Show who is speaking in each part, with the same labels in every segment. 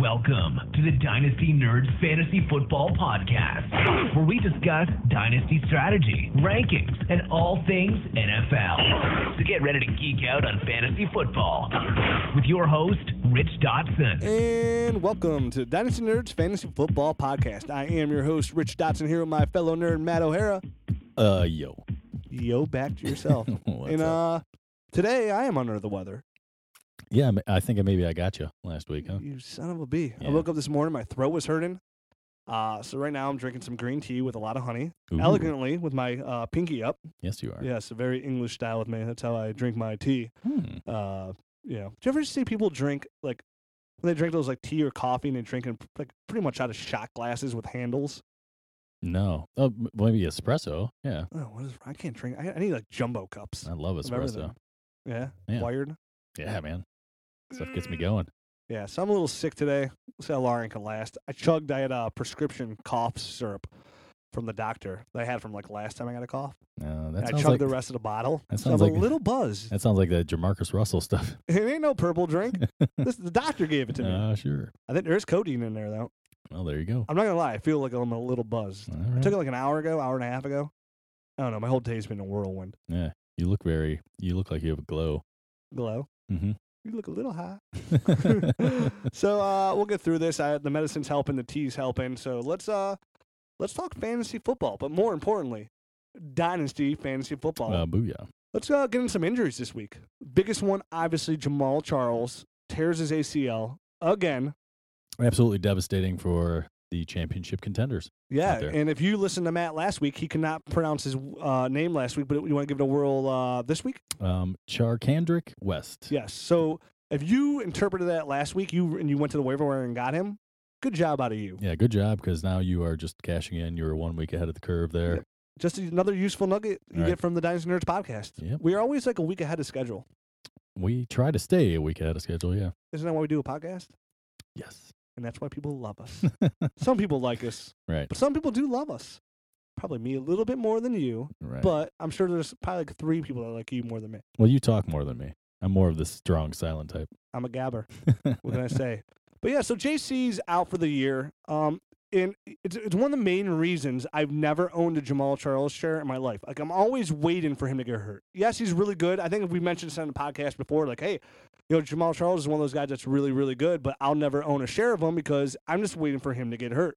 Speaker 1: Welcome to the Dynasty Nerds Fantasy Football Podcast, where we discuss dynasty strategy, rankings, and all things NFL. So get ready to geek out on fantasy football with your host, Rich Dotson.
Speaker 2: And welcome to Dynasty Nerds Fantasy Football Podcast. I am your host, Rich Dotson, here with my fellow nerd, Matt O'Hara.
Speaker 3: Uh, yo.
Speaker 2: Yo, back to yourself.
Speaker 3: What's
Speaker 2: and
Speaker 3: up?
Speaker 2: uh, today I am under the weather.
Speaker 3: yeah, ma- I think maybe I got you last week, huh?
Speaker 2: You son of a bee. I
Speaker 3: Yeah.
Speaker 2: woke up this morning, my throat was hurting. Uh, so right now I'm drinking some green tea with a lot of honey,
Speaker 3: Ooh,
Speaker 2: elegantly with my uh, pinky up.
Speaker 3: Yes, you are.
Speaker 2: Yes, very English style with me. That's how I drink my tea.
Speaker 3: Hmm.
Speaker 2: Uh, yeah. Do you ever see people drink like when they drink those like tea or coffee and they drink in like pretty much out of shot glasses with handles?
Speaker 3: No. Oh, m- maybe espresso. Yeah.
Speaker 2: Oh, what is? I can't drink. I, I need like jumbo cups.
Speaker 3: I love
Speaker 2: of everything.
Speaker 3: Oh, espresso.
Speaker 2: Yeah,
Speaker 3: Yeah.
Speaker 2: wired.
Speaker 3: Yeah, man. Stuff gets me going.
Speaker 2: Yeah, so I'm a little sick today. Let's see how long it can last. I chugged. I had a prescription cough syrup from the doctor that I had from like last time I got a cough.
Speaker 3: No,
Speaker 2: And
Speaker 3: Uh, that
Speaker 2: I
Speaker 3: sounds
Speaker 2: chugged
Speaker 3: like
Speaker 2: the rest of the bottle.
Speaker 3: that
Speaker 2: so I'm
Speaker 3: sounds
Speaker 2: a
Speaker 3: like-
Speaker 2: little buzzed.
Speaker 3: that sounds like the Jamarcus Russell stuff.
Speaker 2: It ain't no purple drink. this the doctor gave it to me.
Speaker 3: Ah, sure.
Speaker 2: I think there's codeine in there though.
Speaker 3: Well, there you go.
Speaker 2: I'm not gonna lie. I feel like I'm a little buzzed.
Speaker 3: All
Speaker 2: I
Speaker 3: right.
Speaker 2: took it like an hour ago, hour and a half ago. I don't know. My whole day's been a whirlwind.
Speaker 3: yeah. You look very. You look like you have a glow.
Speaker 2: Glow.
Speaker 3: Mm-hmm.
Speaker 2: You look a little high. so uh, we'll get through this. I, the medicine's helping, the tea's helping. So let's uh, let's talk fantasy football, but more importantly, dynasty fantasy football.
Speaker 3: uh, booyah.
Speaker 2: let's uh, get in some injuries this week. Biggest one, obviously, Jamal Charles tears his ACL again.
Speaker 3: Absolutely devastating for the championship contenders.
Speaker 2: Yeah,
Speaker 3: there.
Speaker 2: and if you listened to Matt last week, he could not pronounce his uh, name last week. But you want to give it a whirl uh, this week?
Speaker 3: Um, Char Kendrick West.
Speaker 2: Yes. So if you interpreted that last week, you and you went to the waiver wire and got him. Good job out of you.
Speaker 3: Yeah, good job because now you are just cashing in. You were one week ahead of the curve there.
Speaker 2: Yep. just another useful nugget you
Speaker 3: All right.
Speaker 2: get from the Dynasty Nerds podcast.
Speaker 3: Yep.
Speaker 2: We are always like a week ahead of schedule.
Speaker 3: We try to stay a week ahead of schedule. Yeah.
Speaker 2: Isn't that why we do a podcast?
Speaker 3: Yes.
Speaker 2: And that's why people love us. some people like us,
Speaker 3: Right.
Speaker 2: but some people do love us. Probably me a little bit more than you,
Speaker 3: Right.
Speaker 2: but I'm sure there's probably like three people that like you more than me.
Speaker 3: well, you talk more than me. I'm more of the strong, silent type.
Speaker 2: I'm a gabber. what can I say? But yeah, so JC's out for the year. Um, and it's, it's one of the main reasons I've never owned a Jamal Charles share in my life. Like, I'm always waiting for him to get hurt. Yes, he's really good. I think we mentioned this on the podcast before. Like, hey, you know, Jamal Charles is one of those guys that's really, really good, but I'll never own a share of him because I'm just waiting for him to get hurt.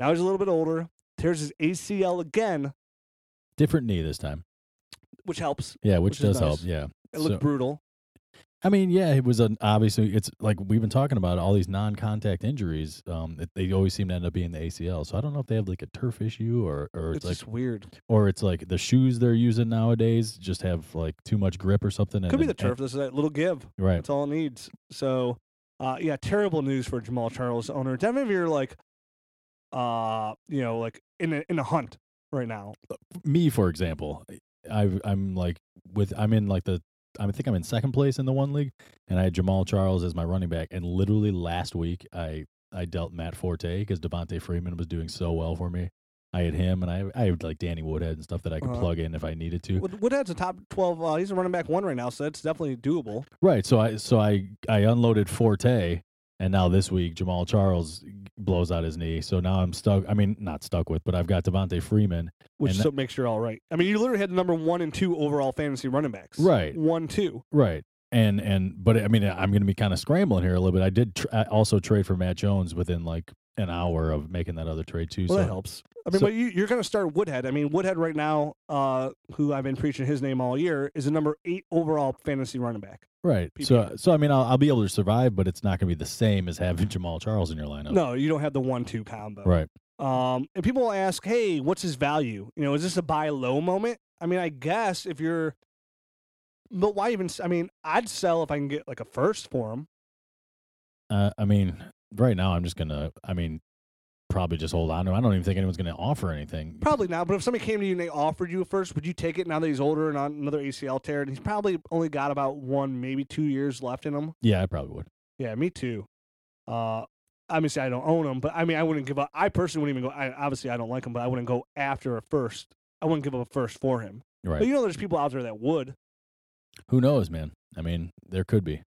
Speaker 2: Now he's a little bit older, tears his ACL again,
Speaker 3: Different knee this time.
Speaker 2: which helps.
Speaker 3: Yeah, which,
Speaker 2: Which is
Speaker 3: does help.
Speaker 2: nice.
Speaker 3: Yeah.
Speaker 2: It looked
Speaker 3: So-
Speaker 2: brutal.
Speaker 3: I mean, yeah, it was an obviously. It's like we've been talking about all these non-contact injuries. Um, that they always seem to end up being the ACL. So I don't know if they have like a turf issue or or
Speaker 2: It's,
Speaker 3: it's, like
Speaker 2: just weird.
Speaker 3: or it's like the shoes they're using nowadays just have like too much grip or something. And
Speaker 2: Could be
Speaker 3: then-
Speaker 2: the turf. This is that little give.
Speaker 3: and- right.
Speaker 2: That's all it needs. So, uh, yeah, terrible news for Jamal Charles owner. Definitely if you're like, uh, you know, like in a, in a hunt right now.
Speaker 3: me for example i i'm like with i'm in like the i think i'm in second place in the one league and i had jamal charles as my running back and literally last week i i dealt matt forte because devonte freeman was doing so well for me i had him and i i had like danny woodhead and stuff that i could
Speaker 2: Uh-huh.
Speaker 3: plug in if i needed to
Speaker 2: Wood- Woodhead's a top twelve. Uh, he's a running back one right now, so that's definitely doable.
Speaker 3: right so i so i i unloaded forte and now this week jamal charles blows out his knee so now i'm stuck i mean not stuck with but i've got devonte freeman
Speaker 2: Which
Speaker 3: And that-
Speaker 2: so makes you all right. I mean, you literally had the number one and two overall fantasy running backs.
Speaker 3: Right.
Speaker 2: One, two.
Speaker 3: Right. And and but I mean I'm going to be kind of scrambling here a little bit. I did tr- I also trade for Matt Jones within like an hour of making that other trade too.
Speaker 2: Well,
Speaker 3: so
Speaker 2: that helps. I mean,
Speaker 3: so-
Speaker 2: but you, you're going to start Woodhead. I mean, Woodhead right now, uh, who I've been preaching his name all year, is the number eight overall fantasy running back.
Speaker 3: right. So so I mean I'll, I'll be able to survive, but it's not going to be the same as having Jamal Charles in your lineup.
Speaker 2: No, you don't have the one-two combo.
Speaker 3: Right.
Speaker 2: Um, and people will ask, "Hey, what's his value? You know, is this a buy low moment?" I mean, I guess if you're, but why even? s- I mean, I'd sell if I can get like a first for him.
Speaker 3: Uh, I mean right now I'm just going to I mean probably just hold on to. him. I don't even think anyone's going to offer anything.
Speaker 2: Probably not. But if somebody came to you and they offered you a first, would you take it? Now that he's older and on another ACL tear, and he's probably only got about one, maybe two years left in him.
Speaker 3: Yeah, I probably would.
Speaker 2: Yeah, me too. Uh, obviously I don't own him, but I mean, I wouldn't give up. I personally wouldn't even go. I, obviously, I don't like him, but I wouldn't go after a first. I wouldn't give up a first for him.
Speaker 3: Right.
Speaker 2: But you know, there's people out there that would.
Speaker 3: Who knows, man? I mean, there could be.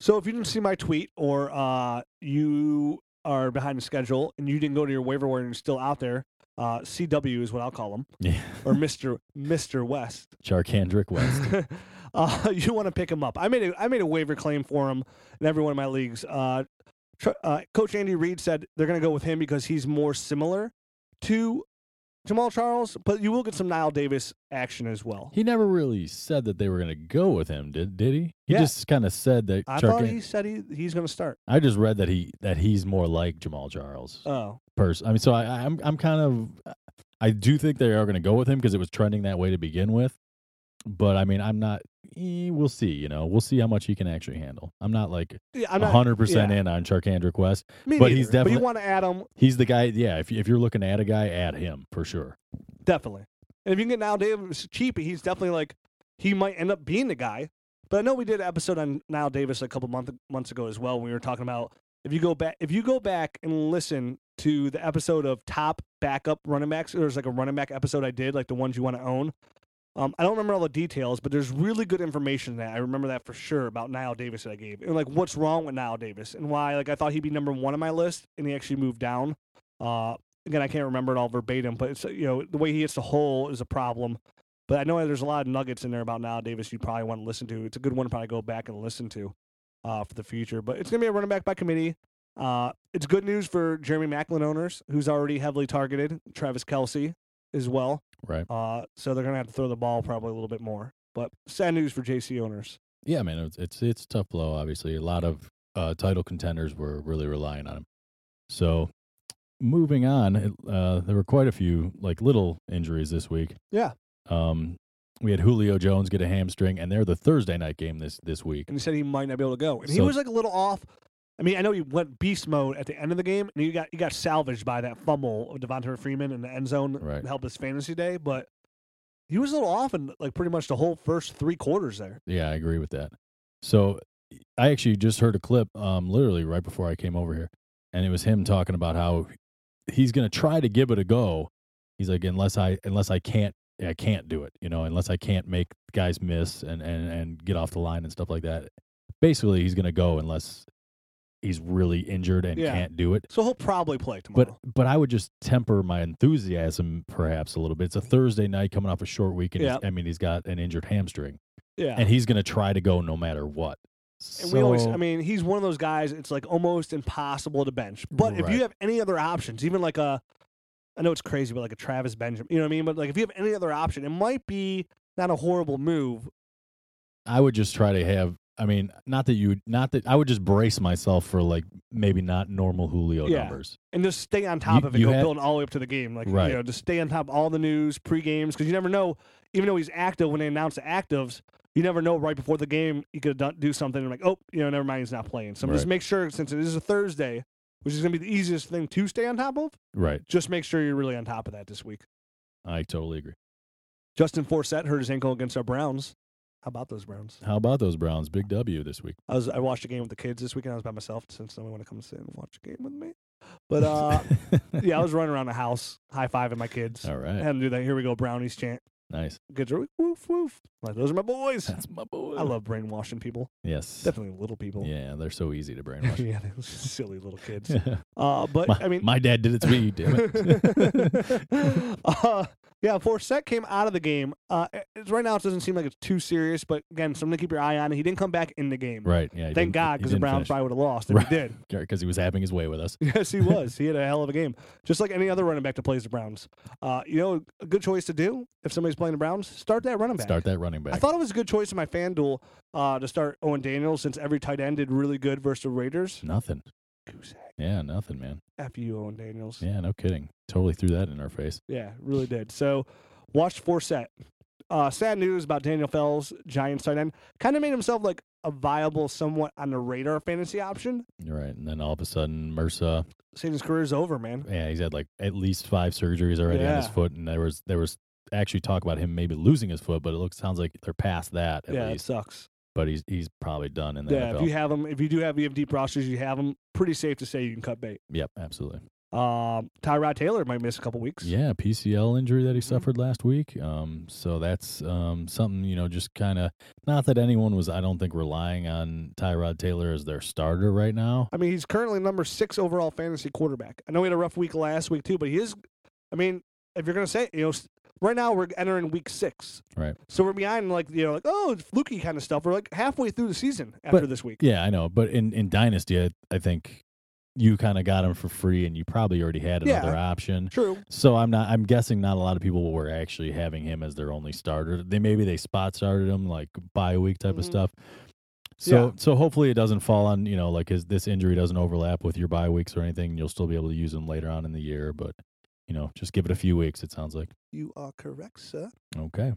Speaker 2: So if you didn't see my tweet or uh, you are behind the schedule and you didn't go to your waiver wire and you're still out there, uh, CW is what I'll call him,
Speaker 3: Yeah.
Speaker 2: or Mister Mister West.
Speaker 3: Charkandrick West.
Speaker 2: uh, you want to pick him up? I made a I made a waiver claim for him in every one of my leagues. Uh, tr- uh, Coach Andy Reid said they're going to go with him because he's more similar to Jamal Charles, but you will get some Nile Davis action as well.
Speaker 3: He never really said that they were going to go with him, did did he? He
Speaker 2: Yeah.
Speaker 3: just kind of said that.
Speaker 2: I
Speaker 3: Chark-
Speaker 2: thought he said he, he's going to start.
Speaker 3: I just read that he that he's more like Jamal Charles.
Speaker 2: Oh,
Speaker 3: person. I mean, so I, I- I'm I'm kind of I do think they are going to go with him because it was trending that way to begin with. But I mean, I'm not. eh, we'll see. You know, we'll see how much he can actually handle. I'm not like
Speaker 2: yeah, I'm not.
Speaker 3: 100 percent in on Charkandrick West.
Speaker 2: me
Speaker 3: but he's
Speaker 2: neither, But you
Speaker 3: definite-
Speaker 2: want to add him
Speaker 3: He's the guy. Yeah, if you- if you're looking at a guy, add him for sure.
Speaker 2: Definitely. And if you can get Now Davis cheap, he's definitely like he might end up being the guy. But I know we did an episode on Now Davis a couple month, months ago as well when we were talking about if you go back if you go back and listen to the episode of top backup running backs, there's like a running back episode I did, like the ones you want to own. Um, I don't remember all the details, but there's really good information in that I remember that for sure about Niall Davis that I gave, and like what's wrong with Niall Davis and why like I thought he'd be number one on my list, and he actually moved down. Uh, again, I can't remember it all verbatim, but it's, you know the way he hits the hole is a problem. But I know there's a lot of nuggets in there about now Davis. You probably want to listen to. It's a good one to probably go back and listen to uh, for the future. But it's gonna be a running back by committee. Uh, it's good news for Jeremy Macklin owners, who's already heavily targeted. Travis Kelsey as well.
Speaker 3: Right.
Speaker 2: Uh, so they're gonna have to throw the ball probably a little bit more. But sad news for JC owners.
Speaker 3: Yeah, man. It's it's, it's a tough blow. Obviously, a lot of uh, title contenders were really relying on him. So moving on, it- uh, there were quite a few like little injuries this week.
Speaker 2: Yeah.
Speaker 3: Um, we had Julio Jones get a hamstring, and they're the Thursday night game this this week.
Speaker 2: And he said he might not be able to go. And he
Speaker 3: So-
Speaker 2: was like a little off. I mean, I know he went beast mode at the end of the game, and he got he got salvaged by that fumble of Devontae Freeman in the end zone
Speaker 3: Right.
Speaker 2: to help his fantasy day. But he was a little off in like pretty much the whole first three quarters there.
Speaker 3: Yeah, I agree with that. So e, I actually just heard a clip, um, literally right before I came over here, and it was him talking about how he's gonna try to give it a go. He's like, unless I unless I can't I can't do it, you know, unless I can't make guys miss and and and get off the line and stuff like that. Basically, he's gonna go unless he's really injured and
Speaker 2: Yeah.
Speaker 3: can't do it.
Speaker 2: So he'll probably play tomorrow.
Speaker 3: But but I would just temper my enthusiasm perhaps a little bit. It's a Thursday night coming off a short week, and he's- I mean he's got an injured hamstring
Speaker 2: yeah,
Speaker 3: and he's going to try to go no matter what.
Speaker 2: And we always,
Speaker 3: So-
Speaker 2: I mean, he's one of those guys. It's like almost impossible to bench. But if
Speaker 3: Right.
Speaker 2: you have any other options, even like a, I know it's crazy, but like a Travis Benjamin, you know what I mean. But like if you have any other option, it might be not a horrible move.
Speaker 3: I would just try to have. I mean, not that you, not that I would just brace myself for like maybe not normal Julio
Speaker 2: Yeah.
Speaker 3: numbers.
Speaker 2: and just stay on top
Speaker 3: You-
Speaker 2: of it.
Speaker 3: you
Speaker 2: Go
Speaker 3: had-
Speaker 2: building all the way up to the game. Like
Speaker 3: Right.
Speaker 2: you know, just stay on top of all the news, pre games, because you never know. Even though he's active, when they announce the actives, you never know. Right before the game, you could done- do something and like, oh, you know, never mind, he's not playing. So just
Speaker 3: Right.
Speaker 2: make sure, since it is a Thursday, which is going to be the easiest thing to stay on top of,
Speaker 3: Right.
Speaker 2: just make sure you're really on top of that this week.
Speaker 3: I totally agree.
Speaker 2: Justin Forsett hurt his ankle against our Browns. How about those Browns?
Speaker 3: How about those Browns? Big W this week.
Speaker 2: I was I watched a game with the kids this weekend. I was by myself since no one wanted to come sit and watch a game with me. But uh, yeah, I was running around the house, high fiving my kids.
Speaker 3: all
Speaker 2: I
Speaker 3: right.
Speaker 2: had to do that. Here we go, brownies chant.
Speaker 3: nice.
Speaker 2: Kids are like, woof woof. Like those are my boys.
Speaker 3: That's my boy.
Speaker 2: I love brainwashing people.
Speaker 3: Yes.
Speaker 2: Definitely little people.
Speaker 3: Yeah, they're so easy to brainwash.
Speaker 2: yeah, those silly little kids.
Speaker 3: my,
Speaker 2: Uh, but I mean,
Speaker 3: my dad did it to me. Damn it.
Speaker 2: uh, yeah, Forsett came out of the game. Uh, it's, right now, it doesn't seem like it's too serious, but again, something to keep your eye on. He didn't come back in the game.
Speaker 3: right. Yeah.
Speaker 2: Thank God, because the Browns probably would have lost if
Speaker 3: Right.
Speaker 2: he did.
Speaker 3: because he was having his way with us.
Speaker 2: Yes, he was. he had a hell of a game, just like any other running back that plays the Browns. Uh, you know, a good choice to do if somebody's playing the Browns, start that running back.
Speaker 3: Start that running back.
Speaker 2: I thought it was a good choice in my FanDuel uh, to start Owen Daniels since every tight end did really good versus the Raiders.
Speaker 3: nothing.
Speaker 2: Goose egg.
Speaker 3: Yeah, nothing, man.
Speaker 2: F you, Owen Daniels. Yeah,
Speaker 3: Yeah, no kidding. Totally threw that in our face.
Speaker 2: really did. So watch Forsett. Uh, sad news about Daniel Fells, Giants tight end. Kind of made himself like a viable, somewhat on the radar fantasy option.
Speaker 3: You're right. And then all of a sudden, MRSA,
Speaker 2: Saying his career's over, man.
Speaker 3: yeah, he's had like at least five surgeries already on his
Speaker 2: Yeah.
Speaker 3: foot, and there was there was actually talk about him maybe losing his foot, but it looks sounds like they're past that at
Speaker 2: yeah, it
Speaker 3: least.
Speaker 2: sucks.
Speaker 3: But he's he's probably done in the
Speaker 2: Yeah, if
Speaker 3: NFL.
Speaker 2: E you have him, if you do have, you have deep rosters, you have him. Pretty safe to say you can cut bait.
Speaker 3: yep, absolutely.
Speaker 2: Um, Tyrod Taylor might miss a couple weeks.
Speaker 3: Yeah, PCL injury that he
Speaker 2: Mm-hmm.
Speaker 3: suffered last week. Um, so that's um something you know, just kind of not that anyone was, I don't think, relying on Tyrod Taylor as their starter right now.
Speaker 2: I mean, he's currently number six overall fantasy quarterback. I know he had a rough week last week too, but he is. I mean, if you're gonna say, you know, s- right now we're entering week six,
Speaker 3: Right.
Speaker 2: So we're behind, like you know, like oh, it's fluky kind of stuff. We're like halfway through the season after this week.
Speaker 3: Yeah, I know, but in in Dynasty, I, I think you kind of got him for free, and you probably already had
Speaker 2: Yeah.
Speaker 3: another option.
Speaker 2: True.
Speaker 3: So I'm not. I'm guessing not a lot of people were actually having him as their only starter. They maybe they spot started him like bye week type of
Speaker 2: Mhm.
Speaker 3: stuff. So so hopefully it doesn't fall on you know like his this injury doesn't overlap with your bye weeks or anything. You'll still be able to use him later on in the year, but you know just give it a few weeks. It sounds like
Speaker 2: You are correct, sir.
Speaker 3: okay.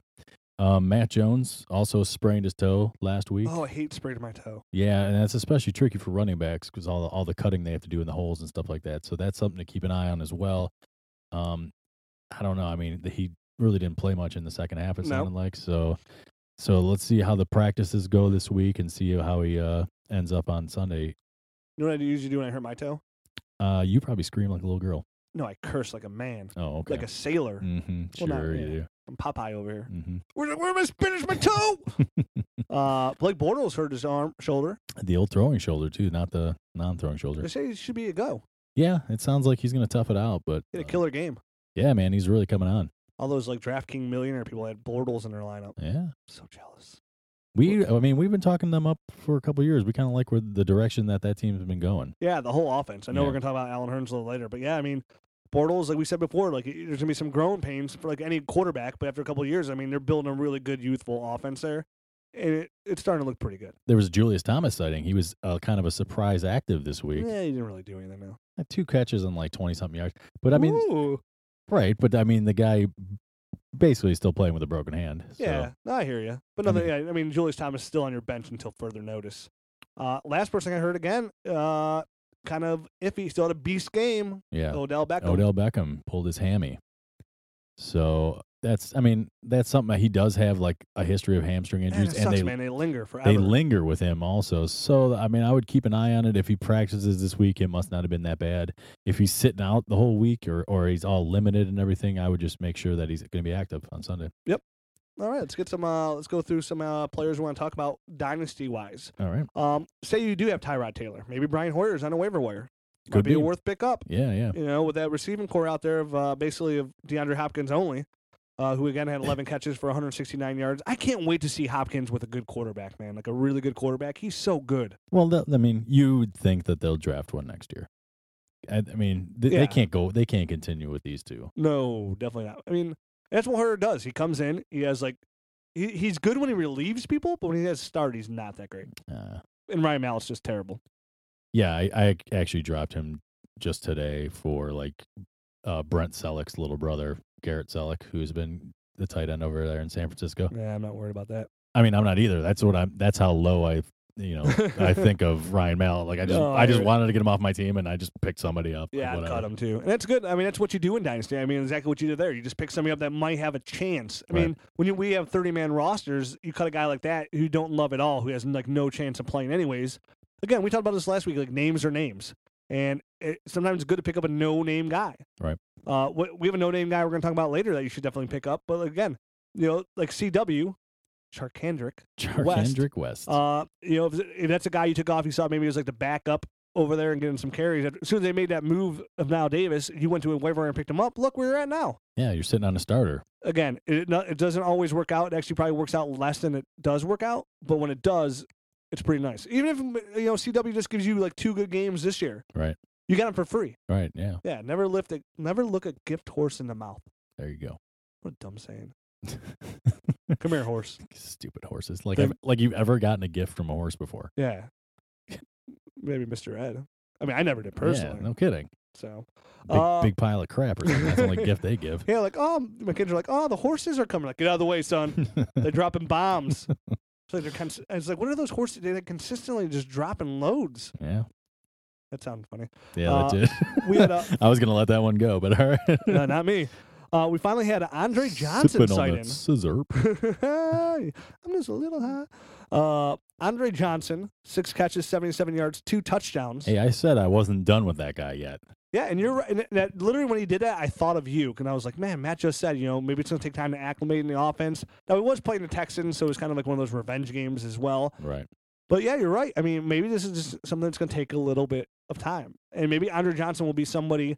Speaker 3: Um, Matt Jones also sprained his toe last week.
Speaker 2: Oh, I hate spraying my toe.
Speaker 3: Yeah, and that's especially tricky for running backs because all the, all the cutting they have to do in the holes and stuff like that. So that's something to keep an eye on as well. Um, I don't know. I mean, th- he really didn't play much in the second half. It
Speaker 2: No.
Speaker 3: sounded like so. So let's see how the practices go this week and see how he uh, ends up on Sunday.
Speaker 2: You know what I usually do when I hurt my toe?
Speaker 3: Uh, you probably scream like a little girl.
Speaker 2: No, I curse like a man,
Speaker 3: Oh, okay.
Speaker 2: like a sailor.
Speaker 3: mm-hmm,
Speaker 2: Well,
Speaker 3: sure
Speaker 2: not really.
Speaker 3: you
Speaker 2: I'm Popeye over here.
Speaker 3: do. hmm
Speaker 2: Where, where am I spinach my toe? uh, Blake Bortles hurt his arm, shoulder.
Speaker 3: The old throwing shoulder too, not the non-throwing shoulder.
Speaker 2: They say it should be a go.
Speaker 3: Yeah, it sounds like he's gonna tough it out, but
Speaker 2: He had a
Speaker 3: uh,
Speaker 2: killer game.
Speaker 3: yeah, man, he's really coming on.
Speaker 2: All those like DraftKings millionaire people had Bortles in their lineup.
Speaker 3: Yeah.
Speaker 2: so jealous.
Speaker 3: We, I mean, we've been talking them up for a couple years. We kind of like where the direction that that team's been going.
Speaker 2: Yeah, the whole offense. I know
Speaker 3: Yeah.
Speaker 2: we're gonna talk about Allen Hurns a little later, but yeah, I mean, Bortles, like we said before, like there's gonna be some growing pains for like any quarterback. But after a couple of years, I mean, they're building a really good youthful offense there, and it, it's starting to look pretty good.
Speaker 3: There was Julius Thomas sighting. He was uh, kind of a surprise active this week.
Speaker 2: Yeah, he didn't really do anything now.
Speaker 3: Had Two catches and like twenty something yards. But I mean,
Speaker 2: Ooh,
Speaker 3: right? But I mean, the guy basically is still playing with a broken hand. So.
Speaker 2: yeah, no, I hear you. But
Speaker 3: I
Speaker 2: nothing. yeah, I mean, Julius Thomas is still on your bench until further notice. Uh, last person I heard again, uh, kind of iffy. Still had a beast game.
Speaker 3: yeah.
Speaker 2: Odell Beckham.
Speaker 3: Odell Beckham pulled his hammy. So that's, I mean, that's something that he does have like a history of hamstring
Speaker 2: Man, it
Speaker 3: injuries,
Speaker 2: sucks,
Speaker 3: and they
Speaker 2: man. They linger forever.
Speaker 3: they linger with him also. So I mean, I would keep an eye on it. If he practices this week, it must not have been that bad. If he's sitting out the whole week or or he's all limited and everything, I would just make sure that he's going to be active on Sunday.
Speaker 2: All right, let's get some. Uh, let's go through some uh, players we want to talk about dynasty wise.
Speaker 3: All right,
Speaker 2: Um, say you do have Tyrod Taylor, maybe Brian Hoyer's on a waiver wire. Might
Speaker 3: Could
Speaker 2: be, a
Speaker 3: be.
Speaker 2: worth pick up.
Speaker 3: yeah, yeah,
Speaker 2: You know, with that receiving core out there of uh, basically of DeAndre Hopkins only, uh, who again had 11 catches for 169 yards. I can't wait to see Hopkins with a good quarterback, man, like a really good quarterback. He's so good.
Speaker 3: Well, th- I mean, you would think that they'll draft one next year. I, I mean, th-
Speaker 2: Yeah.
Speaker 3: they can't go. They can't continue with these two.
Speaker 2: No, definitely not. I mean, that's what Hoyer does. He comes in, he has like, he, he's good when he relieves people, but when he has start, he's not that great.
Speaker 3: Uh,
Speaker 2: And Ryan Mall's just terrible.
Speaker 3: yeah, I, I ac- actually dropped him just today for like uh, Brent Selleck's little brother, Garrett Selleck, who's been the tight end over there in San Francisco.
Speaker 2: Yeah, I'm not worried about that.
Speaker 3: I mean, I'm not either. That's what I'm. That's how low I, you know, I think of Ryan Mallett. Like I just,
Speaker 2: No, I
Speaker 3: I just
Speaker 2: hear it.
Speaker 3: wanted to get him off my team, and I just picked somebody up.
Speaker 2: Yeah, I
Speaker 3: whatever.
Speaker 2: caught him too, and that's good. I mean, that's what you do in dynasty. I mean, exactly what you did there. You just pick somebody up that might have a chance. I
Speaker 3: Right.
Speaker 2: mean, when you, we have thirty man rosters, you cut a guy like that who you don't love at all, who has like no chance of playing anyways. Again, we talked about this last week. Like names are names, and it, sometimes it's good to pick up a no name guy.
Speaker 3: Right.
Speaker 2: Uh, what, we have a no name guy we're going to talk about later that you should definitely pick up. But again, you know, like CW, Chark Hendrick.
Speaker 3: Chark
Speaker 2: West.
Speaker 3: Hendrick West.
Speaker 2: Uh, you know, if, if that's a guy you took off, you saw maybe it was like the backup over there and getting some carries. As soon as they made that move of Niall Davis, you went to a waiver wire and picked him up. Look where you're at now.
Speaker 3: yeah, you're sitting on a starter.
Speaker 2: Again, it no- it doesn't always work out. It actually probably works out less than it does work out, but when it does, it's pretty nice. Even if you know CW just gives you like two good games this year,
Speaker 3: Right.
Speaker 2: You got him for free.
Speaker 3: Right. Yeah.
Speaker 2: Yeah, never lift a, never look a gift horse in the mouth.
Speaker 3: There you go.
Speaker 2: What a dumb saying. Come here, horse.
Speaker 3: Stupid horses. Like,
Speaker 2: They-
Speaker 3: I've- like you've ever gotten a gift from a horse before?
Speaker 2: Yeah, maybe Mr. Ed. I mean, I never did personally.
Speaker 3: Yeah. No kidding.
Speaker 2: So
Speaker 3: Big,
Speaker 2: Uh,
Speaker 3: big pile of crap or something. That's the only gift they give.
Speaker 2: Yeah, like, oh, my kids are like, oh, the horses are coming. Like, get out of the way, son. They're dropping bombs. So they're cons- it's like, what are those horses? They're consistently just dropping loads.
Speaker 3: yeah.
Speaker 2: That sounds funny.
Speaker 3: Yeah.
Speaker 2: Uh,
Speaker 3: that's it.
Speaker 2: we had a-
Speaker 3: I was gonna let that one go, but all right.
Speaker 2: No, not me. Uh, we finally had Andre Johnson
Speaker 3: Sipping on that
Speaker 2: sighting.
Speaker 3: scissor.
Speaker 2: I'm just a little high. Uh, Andre Johnson, six catches, 77 yards, two touchdowns.
Speaker 3: Hey, I said I wasn't done with that guy yet.
Speaker 2: Yeah, and you're right. And that literally when he did that, I thought of you, and I was like, man, Matt just said, you know, maybe it's gonna take time to acclimate in the offense. Now he was playing the Texans, so it was kind of like one of those revenge games as well.
Speaker 3: Right.
Speaker 2: But yeah, you're right. I mean, maybe this is just something that's gonna take a little bit of time, and maybe Andre Johnson will be somebody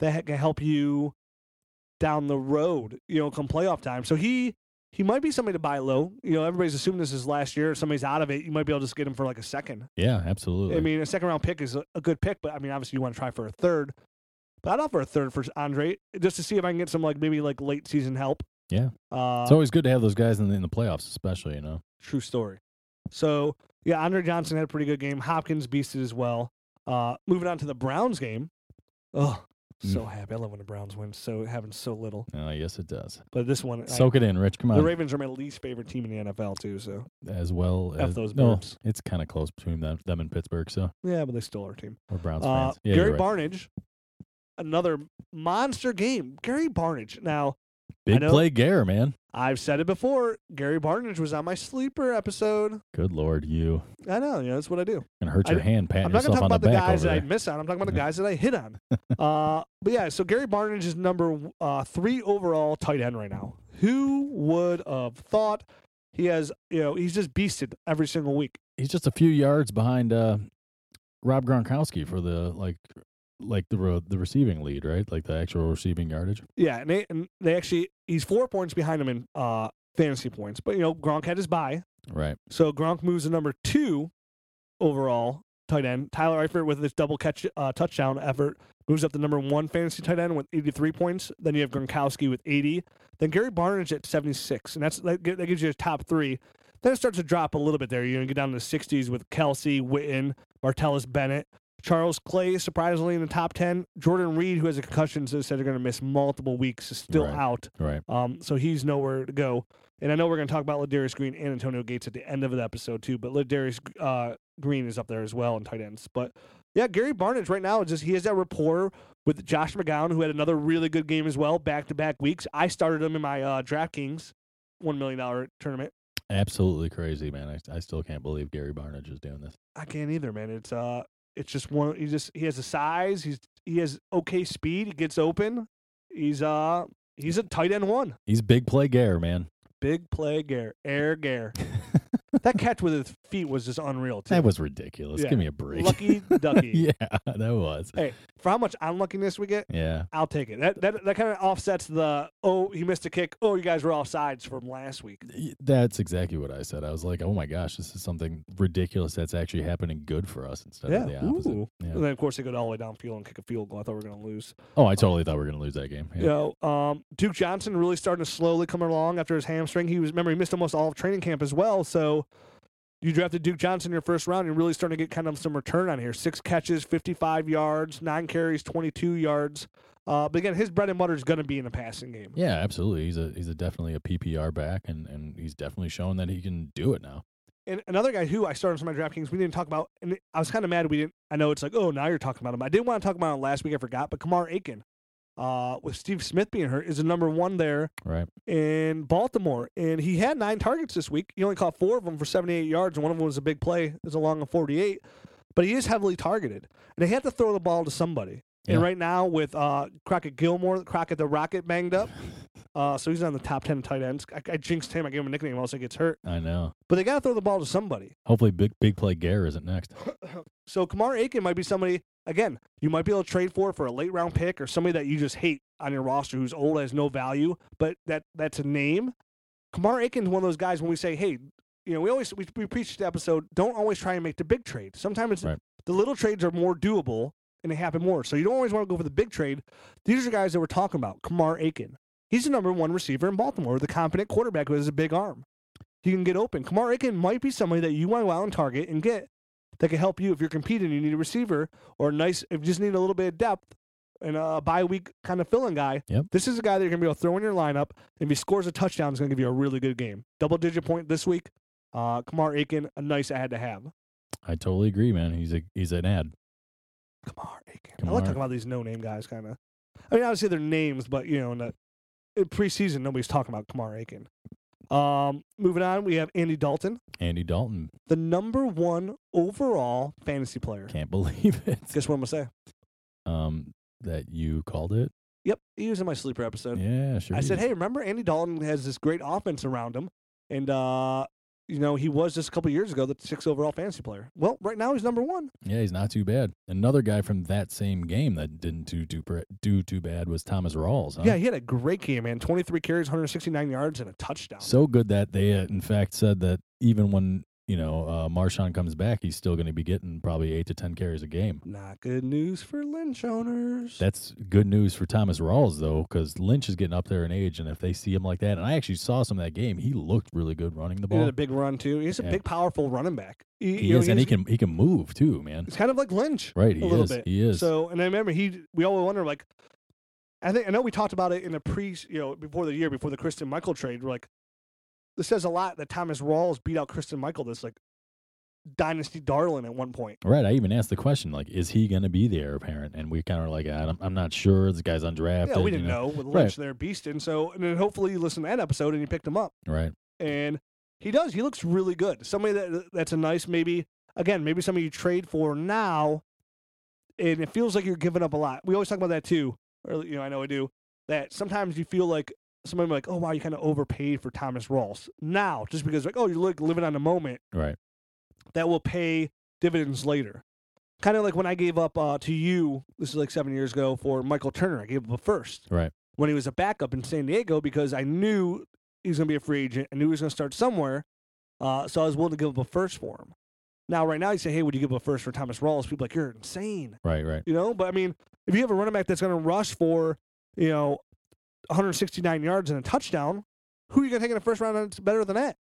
Speaker 2: that can help you down the road, you know, come playoff time. So he he might be somebody to buy low. You know, everybody's assuming this is last year. If somebody's out of it, you might be able to just get him for like a second.
Speaker 3: Yeah, absolutely.
Speaker 2: I mean, a second round pick is a, a good pick, but I mean, obviously you want to try for a third. But I'd offer a third for Andre just to see if I can get some like maybe like late season help.
Speaker 3: Yeah.
Speaker 2: Uh,
Speaker 3: it's always good to have those guys in the, in the playoffs, especially, you know.
Speaker 2: true story. So yeah, Andre Johnson had a pretty good game. Hopkins beasted as well. Uh, moving on to the Browns game. Oh,
Speaker 3: Mm.
Speaker 2: so happy! I love when the Browns win. So it happens so little,
Speaker 3: Oh, yes, it does.
Speaker 2: but this one, I-
Speaker 3: Soak it in, Rich. Come
Speaker 2: the
Speaker 3: on.
Speaker 2: Ravens are my least favorite team in the NFL too. So
Speaker 3: as well
Speaker 2: F
Speaker 3: as
Speaker 2: those
Speaker 3: no,
Speaker 2: Burbs.
Speaker 3: it's kind of close between them, them and Pittsburgh. So
Speaker 2: yeah, but they still are a team.
Speaker 3: we're Browns
Speaker 2: Uh,
Speaker 3: fans. Yeah,
Speaker 2: Gary
Speaker 3: you're right.
Speaker 2: Barnage, another monster game. Gary Barnage. Now
Speaker 3: big
Speaker 2: know-
Speaker 3: play, Gare, man.
Speaker 2: I've said it before. Gary Barnage was on my sleeper episode.
Speaker 3: Good lord, you
Speaker 2: I know, you know, that's what I do.
Speaker 3: gonna hurt
Speaker 2: I
Speaker 3: your
Speaker 2: d-
Speaker 3: hand patting
Speaker 2: I'm not
Speaker 3: yourself
Speaker 2: gonna talk
Speaker 3: on the
Speaker 2: about the,
Speaker 3: back
Speaker 2: guys
Speaker 3: over
Speaker 2: that I
Speaker 3: there.
Speaker 2: miss on. I'm talking about the
Speaker 3: Yeah.
Speaker 2: guys that I hit on. uh, but yeah, so Gary Barnage is number uh, three overall tight end right now. Who would have thought? He has, you know, he's just beasted every single week.
Speaker 3: He's just a few yards behind uh, Rob Gronkowski for the like, like the re- the receiving lead, right? Like the actual receiving yardage.
Speaker 2: Yeah, and they, and they actually, he's four points behind him in uh, fantasy points. But you know, Gronk had his bye.
Speaker 3: Right.
Speaker 2: So Gronk moves to number two overall tight end. Tyler Eifert with this double catch uh, touchdown effort moves up to number one fantasy tight end with 83 points. Then you have Gronkowski with 80. Then Gary Barnage at 76, and that's that, gi- that gives you a top three. Then it starts to drop a little bit there. You're gonna get down to the 60s with Kelsey, Witten, Martellus Bennett. Charles Clay, surprisingly in the top 10. Jordan Reed, who has a concussion, so said they're going to miss multiple weeks, is still
Speaker 3: Right.
Speaker 2: out.
Speaker 3: Right.
Speaker 2: Um, so he's nowhere to go. And I know we're going to talk about Ladarius Green and Antonio Gates at the end of the episode too, but Ladarius uh, Green is up there as well in tight ends. But yeah, Gary Barnage right now is just he has that rapport with Josh McGowan, who had another really good game as well, back to back weeks. I started him in my uh, DraftKings one million dollar tournament.
Speaker 3: Absolutely crazy, man. I, I still can't believe Gary Barnage is doing this.
Speaker 2: I can't either, man. It's uh, it's just one. He just he has a size. He's he has okay speed. He gets open. He's uh he's a tight end one.
Speaker 3: He's big play Gare, man.
Speaker 2: Big play, Gare. Air Gare. that catch with his feet was just unreal, too.
Speaker 3: That was ridiculous.
Speaker 2: Yeah.
Speaker 3: Give me a break.
Speaker 2: Lucky ducky.
Speaker 3: yeah, that was.
Speaker 2: Hey, for how much unluckiness we get,
Speaker 3: Yeah.
Speaker 2: I'll take it. That that, that kind of offsets the, oh, he missed a kick. Oh, you guys were offsides from last week.
Speaker 3: Y- That's exactly what I said. I was like, "Oh my gosh, this is something ridiculous that's actually happening good for us instead of the opposite."
Speaker 2: Ooh.
Speaker 3: Yeah.
Speaker 2: And then, of course, they go all the way downfield and kick a field goal. I thought we were going to lose.
Speaker 3: Oh, I totally thought we were going to lose that game. Yeah.
Speaker 2: You know, um, Duke Johnson really starting to slowly come along after his hamstring. He was remember he missed almost all of training camp as well. So you drafted Duke Johnson in your first round. You're really starting to get kind of some return on here. Six catches, 55 yards, nine carries, 22 yards. Uh, but again, his bread and butter is going to be in the passing game.
Speaker 3: Yeah, absolutely. He's a he's a definitely a PPR back, and and he's definitely shown that he can do it now.
Speaker 2: And another guy who I started on my DraftKings, we didn't talk about, and I was kind of mad we didn't. I know it's like, oh, now you're talking about him. I did want to talk about him last week. I forgot, but Kamar Aiken, uh, with Steve Smith being hurt, is the number one there.
Speaker 3: Right.
Speaker 2: in Baltimore, and he had nine targets this week. He only caught four of them for 78 yards, and one of them was a big play. It was a long of 48, but he is heavily targeted, and they have to throw the ball to somebody. And
Speaker 3: Yeah.
Speaker 2: right now, with uh, Crockett Gilmore, Crockett the Rocket banged up, uh, so he's on the top 10 tight ends. I, I jinxed him. I gave him a nickname, else he gets hurt.
Speaker 3: I know.
Speaker 2: But they got to throw the ball to somebody.
Speaker 3: Hopefully, big big play Gare isn't next.
Speaker 2: So Kamar Aiken might be somebody again. You might be able to trade for for a late round pick or somebody that you just hate on your roster who's old has no value, but that that's a name. Kamar Aiken's one of those guys when we say, hey, you know, we always we, we preach the episode. Don't always try and make the big trade. Sometimes it's
Speaker 3: Right.
Speaker 2: the little trades are more doable and they happen more. So you don't always want to go for the big trade. These are guys that we're talking about. Kamar Aiken, he's the number one receiver in Baltimore, the competent quarterback who has a big arm. He can get open. Kamar Aiken might be somebody that you want to go out and target and get that can help you if you're competing. You need a receiver or a nice if you just need a little bit of depth and a bye week kind of filling guy.
Speaker 3: Yep.
Speaker 2: This is a guy that you're gonna be able to throw in your lineup. If he scores a touchdown, it's gonna give you a really good game. Double digit point this week. Uh, Kamar Aiken, a nice ad to have.
Speaker 3: I totally agree, man. He's a he's an ad.
Speaker 2: Kamar Aiken. I like
Speaker 3: Kamar.
Speaker 2: talking about these no name guys, kind of. I mean, obviously they're names, but you know, in the in preseason, nobody's talking about Kamar Aiken. Um, moving on, we have Andy Dalton,
Speaker 3: Andy Dalton
Speaker 2: the number one overall fantasy player.
Speaker 3: can't believe it.
Speaker 2: Guess what I'm gonna say?
Speaker 3: Um, that you called it.
Speaker 2: Yep, he was in my sleeper episode.
Speaker 3: Yeah, sure.
Speaker 2: I said,
Speaker 3: is.
Speaker 2: hey, remember Andy Dalton has this great offense around him, and uh, you know he was just a couple years ago the sixth overall fantasy player. Well, right now he's number one.
Speaker 3: Yeah, he's not too bad. Another guy from that same game that didn't do too pr- do too bad was Thomas Rawls. Huh?
Speaker 2: Yeah, he had a great game, man. Twenty three carries, one hundred sixty nine yards, and a touchdown.
Speaker 3: so good that they uh, in fact said that even when you know uh, Marshawn comes back, he's still going to be getting probably eight to ten carries a game.
Speaker 2: Not good news for lynch owners.
Speaker 3: That's good news for Thomas Rawls though, because Lynch is getting up there in age, and if they see him like that, and I actually saw some of that game, he looked really good running the
Speaker 2: he had
Speaker 3: ball.
Speaker 2: a big run too. He's a
Speaker 3: Yeah.
Speaker 2: big, powerful running back.
Speaker 3: He
Speaker 2: you know,
Speaker 3: is, and he
Speaker 2: he's-
Speaker 3: can he can move too, man.
Speaker 2: It's kind of like Lynch.
Speaker 3: Right, he
Speaker 2: a little
Speaker 3: is.
Speaker 2: bit.
Speaker 3: He is.
Speaker 2: So, and I remember he, we all wonder like, I think I know we talked about it in the pre, you know, before the year before the Kristen Michael trade. We're like, this says a lot that Thomas Rawls beat out Kristen Michael, this like dynasty darling at one point.
Speaker 3: Right. I even asked the question, like, is he going to be the heir apparent? And we kind of were like, I'm, I'm not sure. This guy's undrafted.
Speaker 2: yeah, we
Speaker 3: you
Speaker 2: didn't know with
Speaker 3: Right.
Speaker 2: Lynch there, Beast, and so and then hopefully you listen to that episode and you picked him up,
Speaker 3: Right.
Speaker 2: and he does. He looks really good. Somebody that that's a nice maybe again maybe somebody you trade for now and it feels like you're giving up a lot. We always talk about that too, or you know, I know I do. That sometimes you feel like somebody like, oh wow, you kind of overpaid for Thomas Rawls now, just because like, oh, you're like living on the moment
Speaker 3: Right.
Speaker 2: that will pay dividends later. Kind of like when I gave up uh, to you, this is like seven years ago for Michael Turner. I gave up a first,
Speaker 3: Right.
Speaker 2: When he was a backup in San Diego because I knew he was going to be a free agent. I knew he was going to start somewhere, uh, so I was willing to give up a first for him. Now, right now, you say, hey, would you give up a first for Thomas Rawls? People are like, you're insane
Speaker 3: Right. Right.
Speaker 2: you know. But I mean, if you have a running back that's going to rush for, you know, 169 yards and a touchdown, who are you going to take in the first round that's better than that?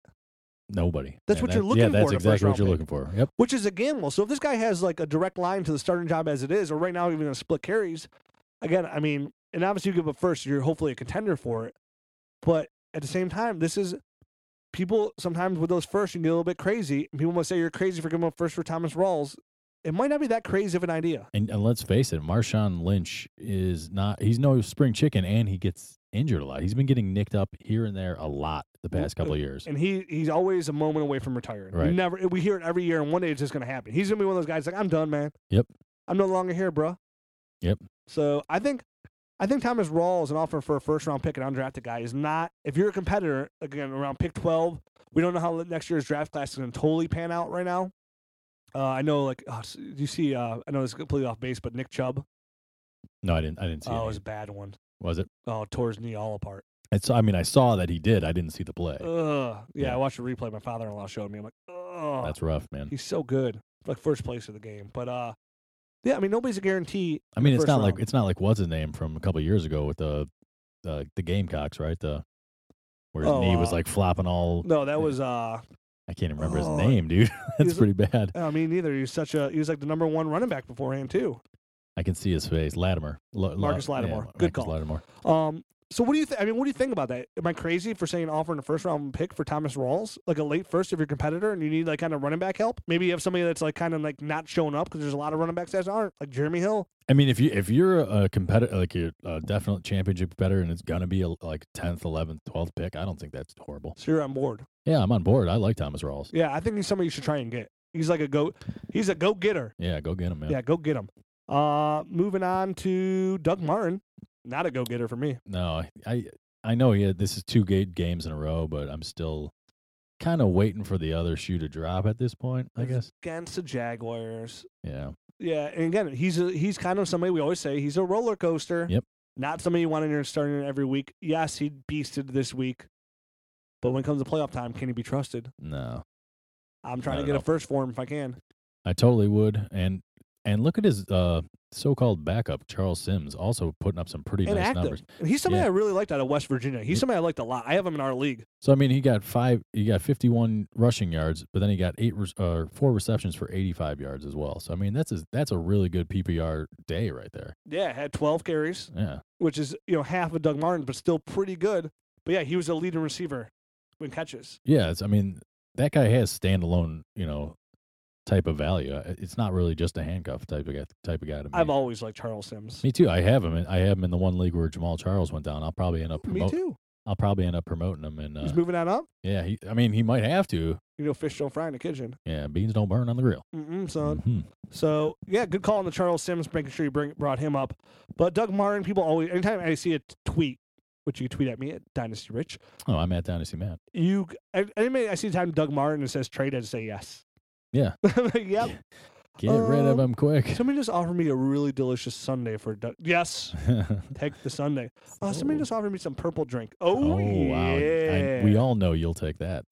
Speaker 3: Nobody.
Speaker 2: That's
Speaker 3: And
Speaker 2: what you're
Speaker 3: Yeah,
Speaker 2: looking
Speaker 3: that's
Speaker 2: for in a
Speaker 3: exactly what
Speaker 2: first
Speaker 3: you're
Speaker 2: round
Speaker 3: looking for. Yep.
Speaker 2: Which is a gamble. So if this guy has like a direct line to the starting job as it is, or right now even a split carries, again, I mean, and obviously you give up first, you're hopefully a contender for it. But at the same time, this is people sometimes with those first, you get a little bit crazy. And people must say you're crazy for giving up first for Thomas Rawls. It might not be that crazy of an idea.
Speaker 3: And, and let's face it, Marshawn Lynch is not, he's no spring chicken and he gets injured a lot. He's been getting nicked up here and there a lot the past couple of years.
Speaker 2: and he he's always a moment away from retiring.
Speaker 3: Right.
Speaker 2: We never we hear it every year, and one day it's just gonna happen. He's gonna be one of those guys like I'm done, man.
Speaker 3: Yep.
Speaker 2: I'm no longer here, bruh.
Speaker 3: Yep.
Speaker 2: So I think I think Thomas Rawls an offer for a first round pick, an undrafted guy is not. If you're a competitor again around pick 12, we don't know how next year's draft class is gonna totally pan out right now. Uh, I know, like oh, s- you see, uh, I know it's completely off base, but Nick Chubb,
Speaker 3: No, I didn't, I didn't see
Speaker 2: oh, it
Speaker 3: it.
Speaker 2: was a bad one.
Speaker 3: was it?
Speaker 2: Oh, tore his knee all apart.
Speaker 3: I saw, I mean, I saw that he did. I didn't see the play.
Speaker 2: Ugh. Yeah,
Speaker 3: Yeah.
Speaker 2: I watched a replay. My father-in-law showed me. I'm like, ugh.
Speaker 3: That's rough, man.
Speaker 2: He's so good. Like first place of the game. But uh yeah, I mean nobody's a guarantee.
Speaker 3: I
Speaker 2: in the
Speaker 3: mean, it's
Speaker 2: first
Speaker 3: not like,
Speaker 2: round.
Speaker 3: it's not like what's his name from a couple of years ago with the, the, the Gamecocks, right? The, where his
Speaker 2: Oh,
Speaker 3: knee was
Speaker 2: uh,
Speaker 3: like flopping all
Speaker 2: No, that was uh
Speaker 3: I can't remember
Speaker 2: Oh,
Speaker 3: his name, dude. That's
Speaker 2: he's-
Speaker 3: pretty bad.
Speaker 2: I mean neither. He was such a he was like the number one running back beforehand too.
Speaker 3: I can see his face. Latimer. Lo- lo-
Speaker 2: Marcus
Speaker 3: yeah,
Speaker 2: Lattimore.
Speaker 3: Mar-
Speaker 2: Good
Speaker 3: Marcus
Speaker 2: call.
Speaker 3: Lattimore.
Speaker 2: Um so what do you think I mean, what do you think about that? Am I crazy for saying offering a first round pick for Thomas Rawls? Like a late first if you're a competitor and you need like kind of running back help? Maybe you have somebody that's like kind of like not showing up because there's a lot of running backs that aren't, like Jeremy Hill.
Speaker 3: I mean, if you if you're a competitor, like you're a definite championship competitor, and it's gonna be a, like tenth, eleventh, twelfth pick, I don't think that's horrible.
Speaker 2: So you're on board.
Speaker 3: Yeah, I'm on board. I like Thomas Rawls.
Speaker 2: Yeah, I think he's somebody you should try and get. He's like a go he's a go getter.
Speaker 3: Yeah, go get him, man.
Speaker 2: Yeah, go get him. Uh, moving on to Doug Martin. Not a go getter for me.
Speaker 3: No, I- I I know he had, this is two gate games in a row, but I'm still kind of waiting for the other shoe to drop at this point. I
Speaker 2: Mm-hmm.
Speaker 3: guess.
Speaker 2: Against the Jaguars.
Speaker 3: Yeah.
Speaker 2: Yeah, and again, he's a, he's kind of somebody we always say he's a roller coaster.
Speaker 3: Yep.
Speaker 2: Not somebody you want in your starting every week. Yes, he beasted this week, but when it comes to playoff time, can he be trusted?
Speaker 3: No,
Speaker 2: I'm trying
Speaker 3: Not
Speaker 2: to
Speaker 3: at
Speaker 2: get a
Speaker 3: all.
Speaker 2: first for him if I can.
Speaker 3: I totally would. And and look at his uh so-called backup, Charles Sims, also putting up some pretty
Speaker 2: and
Speaker 3: nice
Speaker 2: active.
Speaker 3: numbers.
Speaker 2: And he's somebody
Speaker 3: Yeah.
Speaker 2: I really liked out of West Virginia. He's
Speaker 3: Yep.
Speaker 2: somebody I liked a lot. I have him in our league.
Speaker 3: So I mean, he got five. He got fifty-one rushing yards, but then he got eight, re- uh, four receptions for eighty-five yards as well. So I mean, that's a that's a really good PPR day right there.
Speaker 2: Yeah, had 12 carries.
Speaker 3: Yeah,
Speaker 2: which is you know half of Doug Martin, but still pretty good. But yeah, he was a leading receiver when catches.
Speaker 3: yeah. It's I mean, that guy has standalone, you know, type of value. I- It's not really just a handcuff type of guy, type of guy to me.
Speaker 2: I've always liked Charles Sims.
Speaker 3: me too. I have him. In, I have him in the one league where Jamal Charles went down. I'll probably end up
Speaker 2: Me
Speaker 3: promoting.
Speaker 2: too.
Speaker 3: I'll probably end up promoting him. And uh,
Speaker 2: He's moving that up.
Speaker 3: yeah, he, I mean, he might have to.
Speaker 2: You know, fish don't fry in the kitchen.
Speaker 3: Yeah, beans don't burn on the grill.
Speaker 2: Mm-mm, son.
Speaker 3: Mhm.
Speaker 2: So yeah, good call on the Charles Sims, making sure you bring brought him up. But Doug Martin, people always anytime I see a t- tweet, which you tweet at me at Dynasty Rich,
Speaker 3: Oh, I'm at Dynasty Matt.
Speaker 2: you a- anybody I see the time Doug Martin and says trade, I just say yes.
Speaker 3: Yeah.
Speaker 2: I'm like, yep.
Speaker 3: Get rid of
Speaker 2: Um,
Speaker 3: him quick.
Speaker 2: Somebody just offered me a really delicious Sunday for Doug. Yes, take the Sunday. Uh, somebody just offered me some purple drink. Oh,
Speaker 3: Oh wow!
Speaker 2: yeah.
Speaker 3: I, we all know you'll take that.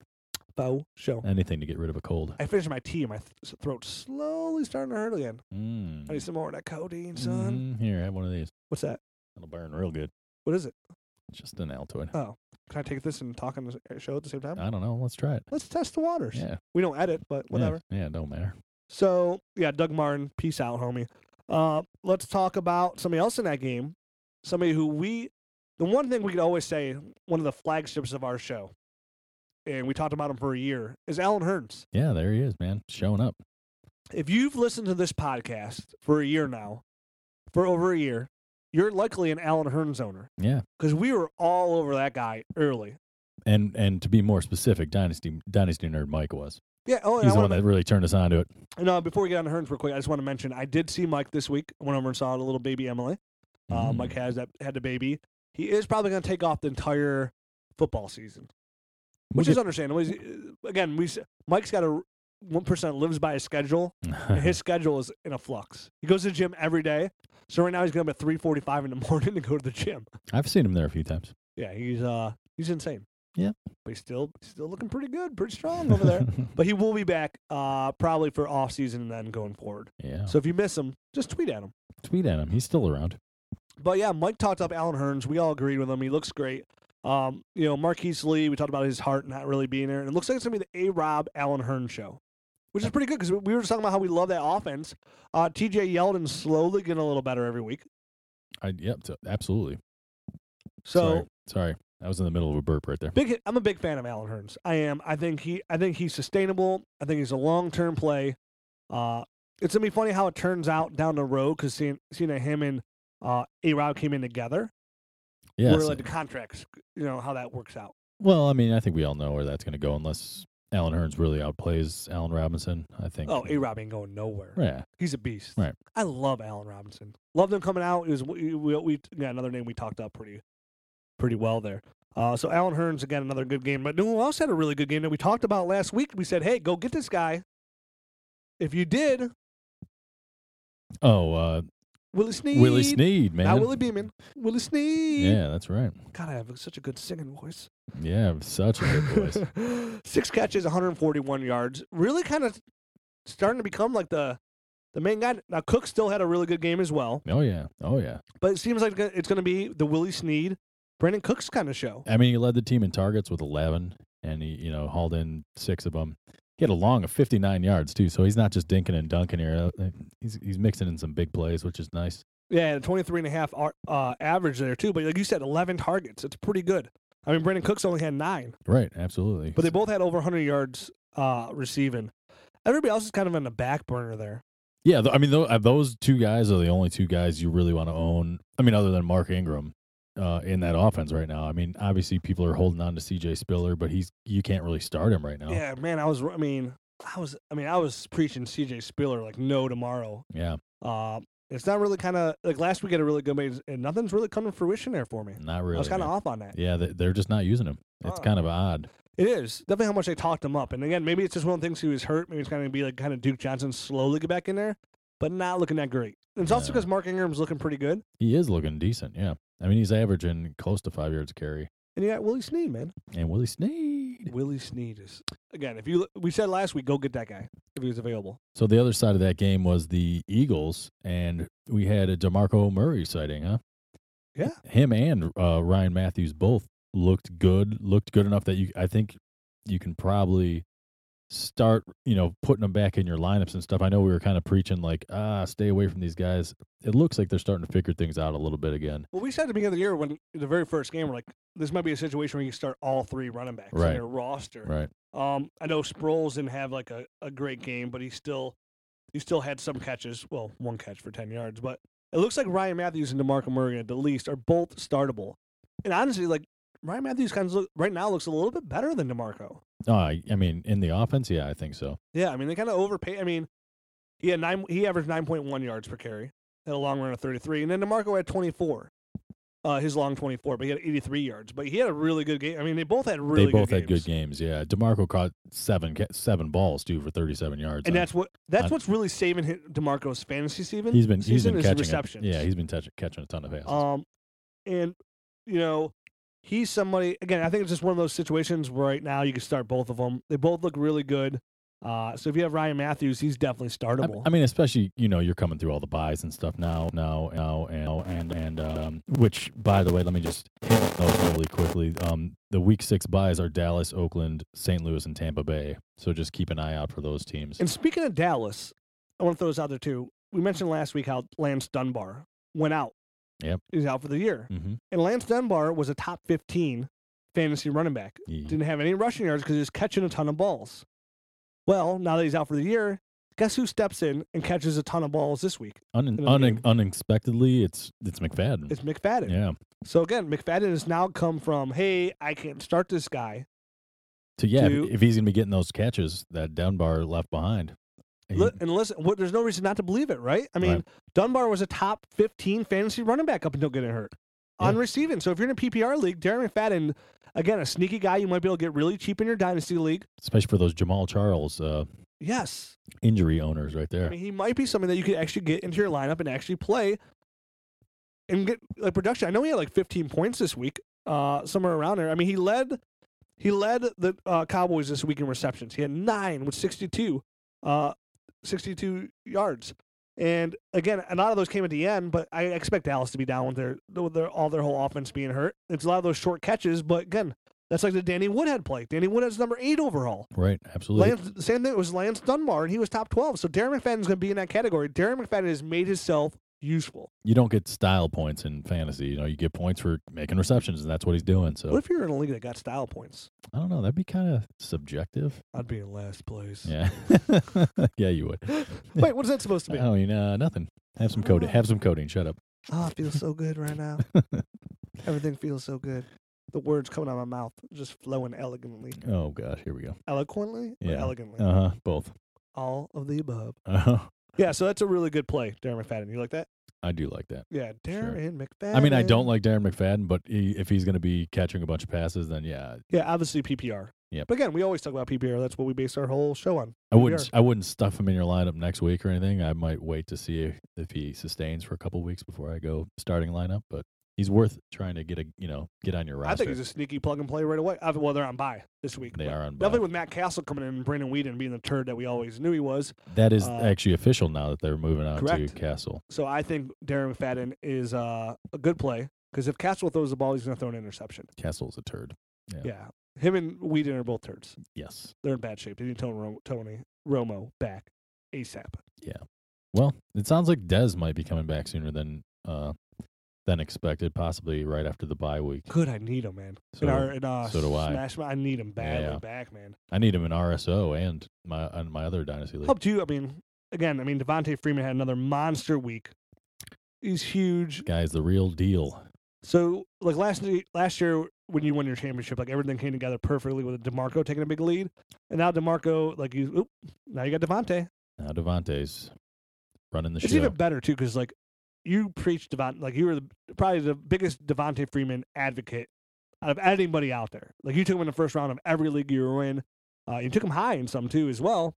Speaker 2: Bow show.
Speaker 3: Anything to get rid of a cold.
Speaker 2: I finished my tea. and My th- throat's slowly starting to hurt again.
Speaker 3: Mm.
Speaker 2: I need some more of that codeine, son.
Speaker 3: Mhm. Here, have one of these.
Speaker 2: What's that?
Speaker 3: It'll burn real good.
Speaker 2: What is it?
Speaker 3: It's just an Altoid.
Speaker 2: Can I take this and talk on the s- show at the same time?
Speaker 3: I don't know. Let's try it.
Speaker 2: Let's test the waters.
Speaker 3: Uh, Yeah.
Speaker 2: We don't edit, but
Speaker 3: yeah,
Speaker 2: whatever.
Speaker 3: Yeah, don't matter.
Speaker 2: So yeah, Doug Martin, peace out, homie. Uh, let's talk about somebody else in that game. Somebody who we, the one thing we could always say, one of the flagships of our show, and we talked about him for a year, is Alan Hearns.
Speaker 3: Yeah, there he is, man, showing up.
Speaker 2: If you've listened to this podcast for a year now, for over a year, you're likely an Alan Hearns owner
Speaker 3: Yeah,
Speaker 2: because we were all over that guy early.
Speaker 3: and and to be more specific, Dynasty Dynasty nerd Mike was.
Speaker 2: Yeah. Oh, and
Speaker 3: He's
Speaker 2: I
Speaker 3: the
Speaker 2: wanna
Speaker 3: one that really turned us on to it.
Speaker 2: And uh, before we get on to Hearns real quick, I just want to mention I did see Mike this week. I went over and saw the little baby Emily. Uh,
Speaker 3: Mm.
Speaker 2: Mike has that had the baby. He is probably going to take off the entire football season,
Speaker 3: We'll
Speaker 2: which is understandable. He's, uh, again, we s- Mike's got a one percent lives by his schedule. and
Speaker 3: get-
Speaker 2: his schedule is in a flux. He goes to the gym every day, so right now he's going up at three forty-five in the morning to go to the gym.
Speaker 3: I've seen him there a few times.
Speaker 2: Yeah, he's uh he's insane.
Speaker 3: Yeah.
Speaker 2: but he's still still looking pretty good, pretty strong over there. but he will be back uh probably for off season and then going forward.
Speaker 3: yeah,
Speaker 2: So if you miss him, just tweet at him.
Speaker 3: tweet at him. He's still around.
Speaker 2: But yeah, Mike talked up Alan Hearns. We all agreed with him. He looks great. Um, you know, Marquise Lee, we talked about his heart not really being there. And it looks like it's going to be the A Rob Alan Hearns show, which is pretty good because we were just talking about how we love that offense. Uh, TJ Yeldon's slowly getting a little better every week.
Speaker 3: I yep, t- absolutely.
Speaker 2: So
Speaker 3: sorry, sorry, I was in the middle of a burp right there.
Speaker 2: big, I'm a big fan of Alan Hearns. I am. I think he, I think he's sustainable. I think he's a long term play. Uh, it's gonna be funny how it turns out down the road because seeing seeing that him and uh, A Rob came in together.
Speaker 3: Yeah.
Speaker 2: We're
Speaker 3: so-
Speaker 2: like the contracts, you know, how that works out.
Speaker 3: well, I mean, I think we all know where that's going to go unless Alan Hearns really outplays Alan Robinson. I think.
Speaker 2: Oh, A Rob ain't going nowhere.
Speaker 3: Yeah.
Speaker 2: He's a beast.
Speaker 3: Right.
Speaker 2: I love Allen Robinson. Loved him coming out. It was we, we, we yeah, another name we talked up pretty pretty well there. Uh, so Allen Hearns again another good game. But who else had a really good game that we talked about last week? We said, hey, go get this guy. If you did,
Speaker 3: Oh, uh,
Speaker 2: Willie Sneed.
Speaker 3: Willie Sneed, man.
Speaker 2: Not Willie Beeman. Willie Sneed.
Speaker 3: Yeah, that's right.
Speaker 2: God, I have such a good singing voice.
Speaker 3: Yeah, such a good voice.
Speaker 2: Six catches, 141 yards. Really kind of starting to become like the the main guy. Now Cook still had a really good game as well,
Speaker 3: oh yeah, oh yeah.
Speaker 2: but it seems like it's going to be the Willie Sneed, Brandon Cooks kind of show.
Speaker 3: I mean, he led the team in targets with 11, and he you know hauled in six of them. He had a long of 59 yards too, so he's not just dinking and dunking here. Uh, He's he's mixing in some big plays, which is nice.
Speaker 2: Yeah, and a 23 and a half ar- uh, average there too. But like you said, 11 targets. It's pretty good. I mean, Brandon Cooks only had nine,
Speaker 3: Right, absolutely.
Speaker 2: but they both had over 100 yards uh, receiving. Everybody else is kind of on the back burner there.
Speaker 3: yeah, th- I mean, tho- uh, those two guys are the only two guys you really want to own. I mean, other than Mark Ingram. Uh, in that offense right now, I mean, obviously people are holding on to C.J. Spiller, but he's you can't really start him right now.
Speaker 2: Yeah, man, I was. I mean, I was. I mean, I was preaching C.J. Spiller like no tomorrow
Speaker 3: yeah
Speaker 2: Uh, it's not really kind of like last week had a really good game, and nothing's really come to fruition there for me.
Speaker 3: not really.
Speaker 2: I was kind of
Speaker 3: man.
Speaker 2: off on that.
Speaker 3: Yeah, they- they're just not using him. It's
Speaker 2: Uh.
Speaker 3: kind of odd.
Speaker 2: It is definitely how much they talked him up. And again, maybe it's just one of the things he was hurt. Maybe it's going to be like kind of Duke Johnson slowly get back in there, but not looking that great. And it's also
Speaker 3: No.
Speaker 2: because Mark Ingram's looking pretty good,
Speaker 3: He is looking decent. Yeah, I mean, he's averaging close to five yards a carry.
Speaker 2: and you got Willie Snead, man.
Speaker 3: And Willie Sneed.
Speaker 2: Willie Snead is again. If you we said last week, go get that guy if he was available.
Speaker 3: So the other side of that game was the Eagles, and we had a Demarco Murray sighting, huh?
Speaker 2: Yeah.
Speaker 3: Him and uh, Ryan Matthews both looked good. Looked good enough that you, I think, you can probably start, you know, putting them back in your lineups and stuff. I know we were kind of preaching like, ah, stay away from these guys. It looks like they're starting to figure things out a little bit again.
Speaker 2: Well, we said at the beginning of the year when the very first game, we're like, this might be a situation where you start all three running backs in
Speaker 3: Right.
Speaker 2: your roster.
Speaker 3: Right.
Speaker 2: Um, I know Sproles didn't have like a, a great game, but he still he still had some catches. Well, one catch for ten yards, but it looks like Ryan Matthews and Demarco Murray at the least are both startable. And honestly, like Ryan Matthews kind of look, right now looks a little bit better than Demarco.
Speaker 3: Oh, I, I mean, in the offense, yeah, I think so.
Speaker 2: Yeah, I mean they kind of overpay. I mean, he had nine. He averaged nine point one yards per carry at a long run of thirty three, and then Demarco had twenty four. Uh, his long twenty four, but he had eighty three yards. But he had a really good game. I mean, they both had really.
Speaker 3: they both
Speaker 2: good
Speaker 3: had good games. Yeah, Demarco caught seven ca- seven balls too for thirty seven yards.
Speaker 2: And
Speaker 3: on-
Speaker 2: that's what that's
Speaker 3: I'm-
Speaker 2: what's really saving him, Demarco's fantasy season.
Speaker 3: he's been he's
Speaker 2: season
Speaker 3: been
Speaker 2: is
Speaker 3: catching a-
Speaker 2: receptions.
Speaker 3: Yeah, he's been touch- catching a ton of passes.
Speaker 2: Um, and you know, he's somebody again. I think it's just one of those situations where right now you can start both of them. They both look really good. Uh, so if you have Ryan Matthews, he's definitely
Speaker 3: I,
Speaker 2: startable.
Speaker 3: I mean, especially you know you're coming through all the buys and stuff now, now, now, and and and um, which by the way, let me just hit those really quickly. Um, the week six buys are Dallas, Oakland, St. Louis, and Tampa Bay. So just keep an eye out for those teams.
Speaker 2: and speaking of Dallas, I want to throw this out there too. We mentioned last week how Lance Dunbar went out.
Speaker 3: Yep.
Speaker 2: he's out for the year.
Speaker 3: hmm
Speaker 2: And Lance Dunbar was a top fifteen fantasy running back. Didn't have any rushing yards because he was catching a ton of balls. Well, now that he's out for the year, guess who steps in and catches a ton of balls this week?
Speaker 3: Un-
Speaker 2: the
Speaker 3: un-
Speaker 2: game.
Speaker 3: unexpectedly, it's it's McFadden.
Speaker 2: It's McFadden.
Speaker 3: Hmm. yeah.
Speaker 2: So again, McFadden has now come from, hey, I can't start this guy.
Speaker 3: So yeah, if-
Speaker 2: to-
Speaker 3: if, he's gonna be getting those catches that Dunbar left behind, he-
Speaker 2: Li- and listen, what, there's no reason not to believe it, right? I mean,
Speaker 3: Right.
Speaker 2: Dunbar was a top 15 fantasy running back up until getting hurt on
Speaker 3: Yeah.
Speaker 2: receiving. So if you're in a PPR league, Darren McFadden, again, a sneaky guy you might be able to get really cheap in your dynasty league.
Speaker 3: especially for those Jamal Charles uh,
Speaker 2: Yes.
Speaker 3: injury owners right there.
Speaker 2: I mean, he might be something that you could actually get into your lineup and actually play and get like production. I know he had like 15 points this week, uh, somewhere around there. I mean, he led he led the uh, Cowboys this week in receptions. He had nine with 62, uh, 62 yards. And again, a lot of those came at the end, but I expect Dallas to be down with their, with their all their whole offense being hurt. It's a lot of those short catches, but again, that's like the Danny Woodhead play. Danny Woodhead's number eight overall.
Speaker 3: right, absolutely.
Speaker 2: Lance, same thing. It was Lance Dunbar, and he was top twelve. So Darren McFadden's going to be in that category. Darren McFadden has made himself useful.
Speaker 3: you don't get style points in fantasy. You know, you get points for making receptions, and that's what he's doing. So
Speaker 2: What if you're in a league that got style points?
Speaker 3: I don't know. That'd be kind of subjective.
Speaker 2: I'd be in last place.
Speaker 3: Yeah, yeah, you would.
Speaker 2: Wait, what is that supposed to
Speaker 3: I
Speaker 2: be?
Speaker 3: mean, uh, nothing. Have some
Speaker 2: I don't
Speaker 3: coding.
Speaker 2: know.
Speaker 3: Have some coding. Shut up.
Speaker 2: Oh, it feels so good right now. Everything feels so good. The words coming out of my mouth just flowing elegantly,
Speaker 3: oh gosh, here we go.
Speaker 2: eloquently, or
Speaker 3: Yeah.
Speaker 2: elegantly,
Speaker 3: Uh huh. Both.
Speaker 2: all of the above.
Speaker 3: Uh huh.
Speaker 2: Yeah, so that's a really good play, Darren McFadden. You like that?
Speaker 3: I do like that.
Speaker 2: Yeah, Darren McFadden.
Speaker 3: I mean, I don't like Darren McFadden, but he, if he's going to be catching a bunch of passes, then yeah,
Speaker 2: Yeah, obviously PPR.
Speaker 3: Yep.
Speaker 2: But again, we always talk about PPR. That's what we base our whole show on.
Speaker 3: I wouldn't. I wouldn't stuff him in your lineup next week or anything. I might wait to see if he sustains for a couple weeks before I go starting lineup. But he's worth trying to get a you know get on your roster.
Speaker 2: I think he's a sneaky plug and play right away. Uh, Well, they're on bye this week.
Speaker 3: They
Speaker 2: but
Speaker 3: are on bye.
Speaker 2: Definitely with Matt Castle coming in and Brandon Whedon being the turd that we always knew he was.
Speaker 3: That is
Speaker 2: Uh,
Speaker 3: actually official now that they're moving on
Speaker 2: correct.
Speaker 3: to Castle.
Speaker 2: So I think Darren McFadden is uh, a good play because if Castle throws the ball, he's going to throw an interception.
Speaker 3: Castle's a turd. Yeah.
Speaker 2: Yeah. Him and Whedon are both turds.
Speaker 3: Yes.
Speaker 2: They're in bad shape. They need Tony, Ro- Tony Romo back ASAP.
Speaker 3: Well, it sounds like Dez might be coming back sooner than uh than expected, possibly right after the bye week.
Speaker 2: Good. I need him, man.
Speaker 3: So
Speaker 2: in our, in, uh,
Speaker 3: so do I.
Speaker 2: Smash, I need him badly
Speaker 3: Yeah.
Speaker 2: back, man.
Speaker 3: I need him in RSO and my and my other dynasty league.
Speaker 2: Up to you. I mean, again, I mean, Devontae Freeman had another monster week. He's huge.
Speaker 3: Guy's the real deal.
Speaker 2: So like last ye- last year when you won your championship, like everything came together perfectly with Demarco taking a big lead, and now Demarco like you oop, now you got Devonte.
Speaker 3: Now Devontae's running the
Speaker 2: It's
Speaker 3: show.
Speaker 2: even better too because like you preached Devonte, like you were the, probably the biggest Devonte Freeman advocate out of anybody out there. Like you took him in the first round of every league you were in. Uh, you took him high in some too as well,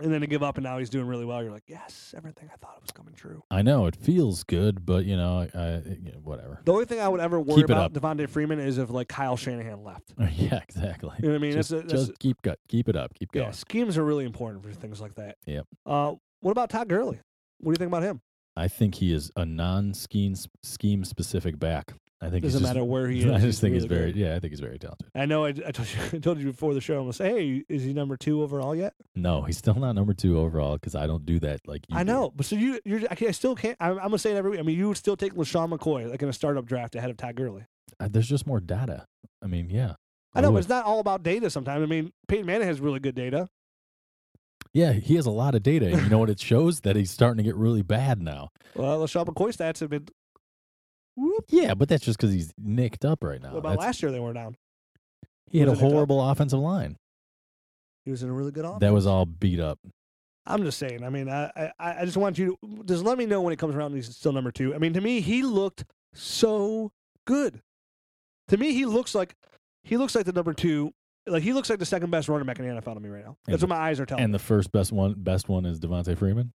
Speaker 2: and then to give up and now he's doing really well. You're like yes, everything I thought was coming true.
Speaker 3: I know it feels good, but you know, I, I you know, whatever.
Speaker 2: The only thing I would ever worry
Speaker 3: Keep it
Speaker 2: about Devonte Freeman is if like Kyle Shanahan left.
Speaker 3: yeah, exactly.
Speaker 2: You know what I mean?
Speaker 3: just,
Speaker 2: that's a, that's,
Speaker 3: just keep gut, keep it up, keep going.
Speaker 2: Yeah, schemes are really important for things like that.
Speaker 3: Yep.
Speaker 2: Uh, what about Todd Gurley? What do you think about him?
Speaker 3: I think he is a non-scheme scheme specific back. I think he's
Speaker 2: Doesn't
Speaker 3: just
Speaker 2: matter where he is.
Speaker 3: I just think he's
Speaker 2: really
Speaker 3: very
Speaker 2: good.
Speaker 3: yeah, I think he's very talented.
Speaker 2: I know. I, I told you. I told you before the show. I'm gonna say, hey, is he number two overall yet?
Speaker 3: No, he's still not number two overall because I don't do that like you
Speaker 2: I
Speaker 3: do.
Speaker 2: know, but so you, you're. I, can't, I still can't. I'm, I'm gonna say it every week. I mean, you would still take LaShawn McCoy like in a startup draft ahead of Todd Gurley.
Speaker 3: Uh, There's just more data. I mean, yeah.
Speaker 2: I know, but
Speaker 3: would.
Speaker 2: it's not all about data. Sometimes, I mean, Peyton Manning has really good data.
Speaker 3: yeah, he has a lot of data. and You know what? It shows that he's starting to get really bad now.
Speaker 2: Well, LaShawn McCoy stats have been Whoop.
Speaker 3: Yeah, but that's just because he's nicked up right now.
Speaker 2: what about
Speaker 3: Oh, That's-
Speaker 2: last year they were down?
Speaker 3: he had a
Speaker 2: was it nicked up?
Speaker 3: horrible offensive line
Speaker 2: He was in a really good offense.
Speaker 3: that was all beat up.
Speaker 2: I'm just saying. I mean, I, I I just want you to just let me know when it comes around. and He's still number two. I mean, to me, he looked so good. To me, he looks like he looks like the number two. Like he looks like the second best running back in the NFL to me right now. That's
Speaker 3: And-
Speaker 2: what my eyes are telling.
Speaker 3: And the first best one, best one is Devontae Freeman.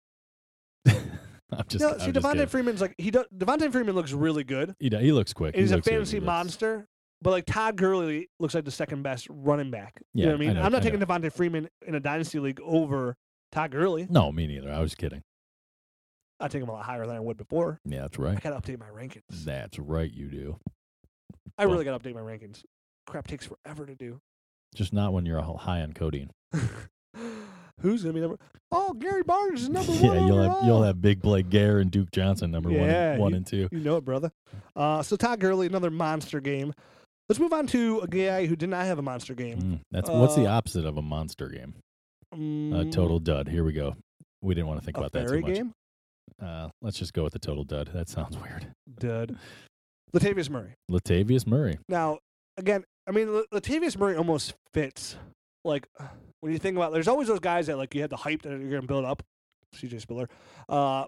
Speaker 3: I'm just
Speaker 2: no,
Speaker 3: I'm
Speaker 2: see,
Speaker 3: just kidding.
Speaker 2: Devontae Freeman's like he does. Devontae Freeman looks really good.
Speaker 3: He, do- he looks quick.
Speaker 2: And he's
Speaker 3: he
Speaker 2: a
Speaker 3: looks good.
Speaker 2: fantasy
Speaker 3: He looks-
Speaker 2: monster. But like Todd Gurley looks like the second best running back. you
Speaker 3: Yeah,
Speaker 2: know what I mean?
Speaker 3: I know-
Speaker 2: I'm not
Speaker 3: I
Speaker 2: taking Devontae Freeman in a dynasty league over Todd Gurley.
Speaker 3: No, me neither. I was kidding.
Speaker 2: I take him a lot higher than I would before.
Speaker 3: Yeah, that's
Speaker 2: I
Speaker 3: right.
Speaker 2: gotta update my rankings.
Speaker 3: That's right. You do.
Speaker 2: I
Speaker 3: Well-
Speaker 2: really got to update my rankings. Crap takes forever to do.
Speaker 3: Just not when you're a high on codeine.
Speaker 2: Who's gonna be number? Oh, Gary Barnes is number
Speaker 3: yeah,
Speaker 2: one.
Speaker 3: you'll have you'll
Speaker 2: overall.
Speaker 3: have Big Blake Gare and Duke Johnson number one,
Speaker 2: Yeah,
Speaker 3: and, one
Speaker 2: you-
Speaker 3: and two.
Speaker 2: You know it, brother. Uh, so Todd Gurley, another monster game. Let's move on to a guy who did not have a monster game.
Speaker 3: Mm, that's what's the
Speaker 2: Uh,
Speaker 3: opposite of a monster game? A
Speaker 2: Mm,
Speaker 3: total dud. Here we go. We didn't want to think
Speaker 2: a
Speaker 3: about that
Speaker 2: fairy
Speaker 3: too much.
Speaker 2: game.
Speaker 3: Uh, let's just go with the total dud. That sounds weird.
Speaker 2: Dud. Latavius Murray.
Speaker 3: Latavius Murray.
Speaker 2: Now, again, I mean, La- Latavius Murray almost fits. Like, when you think about, there's always those guys that like you had the hype that you're gonna build up. CJ Spiller, uh,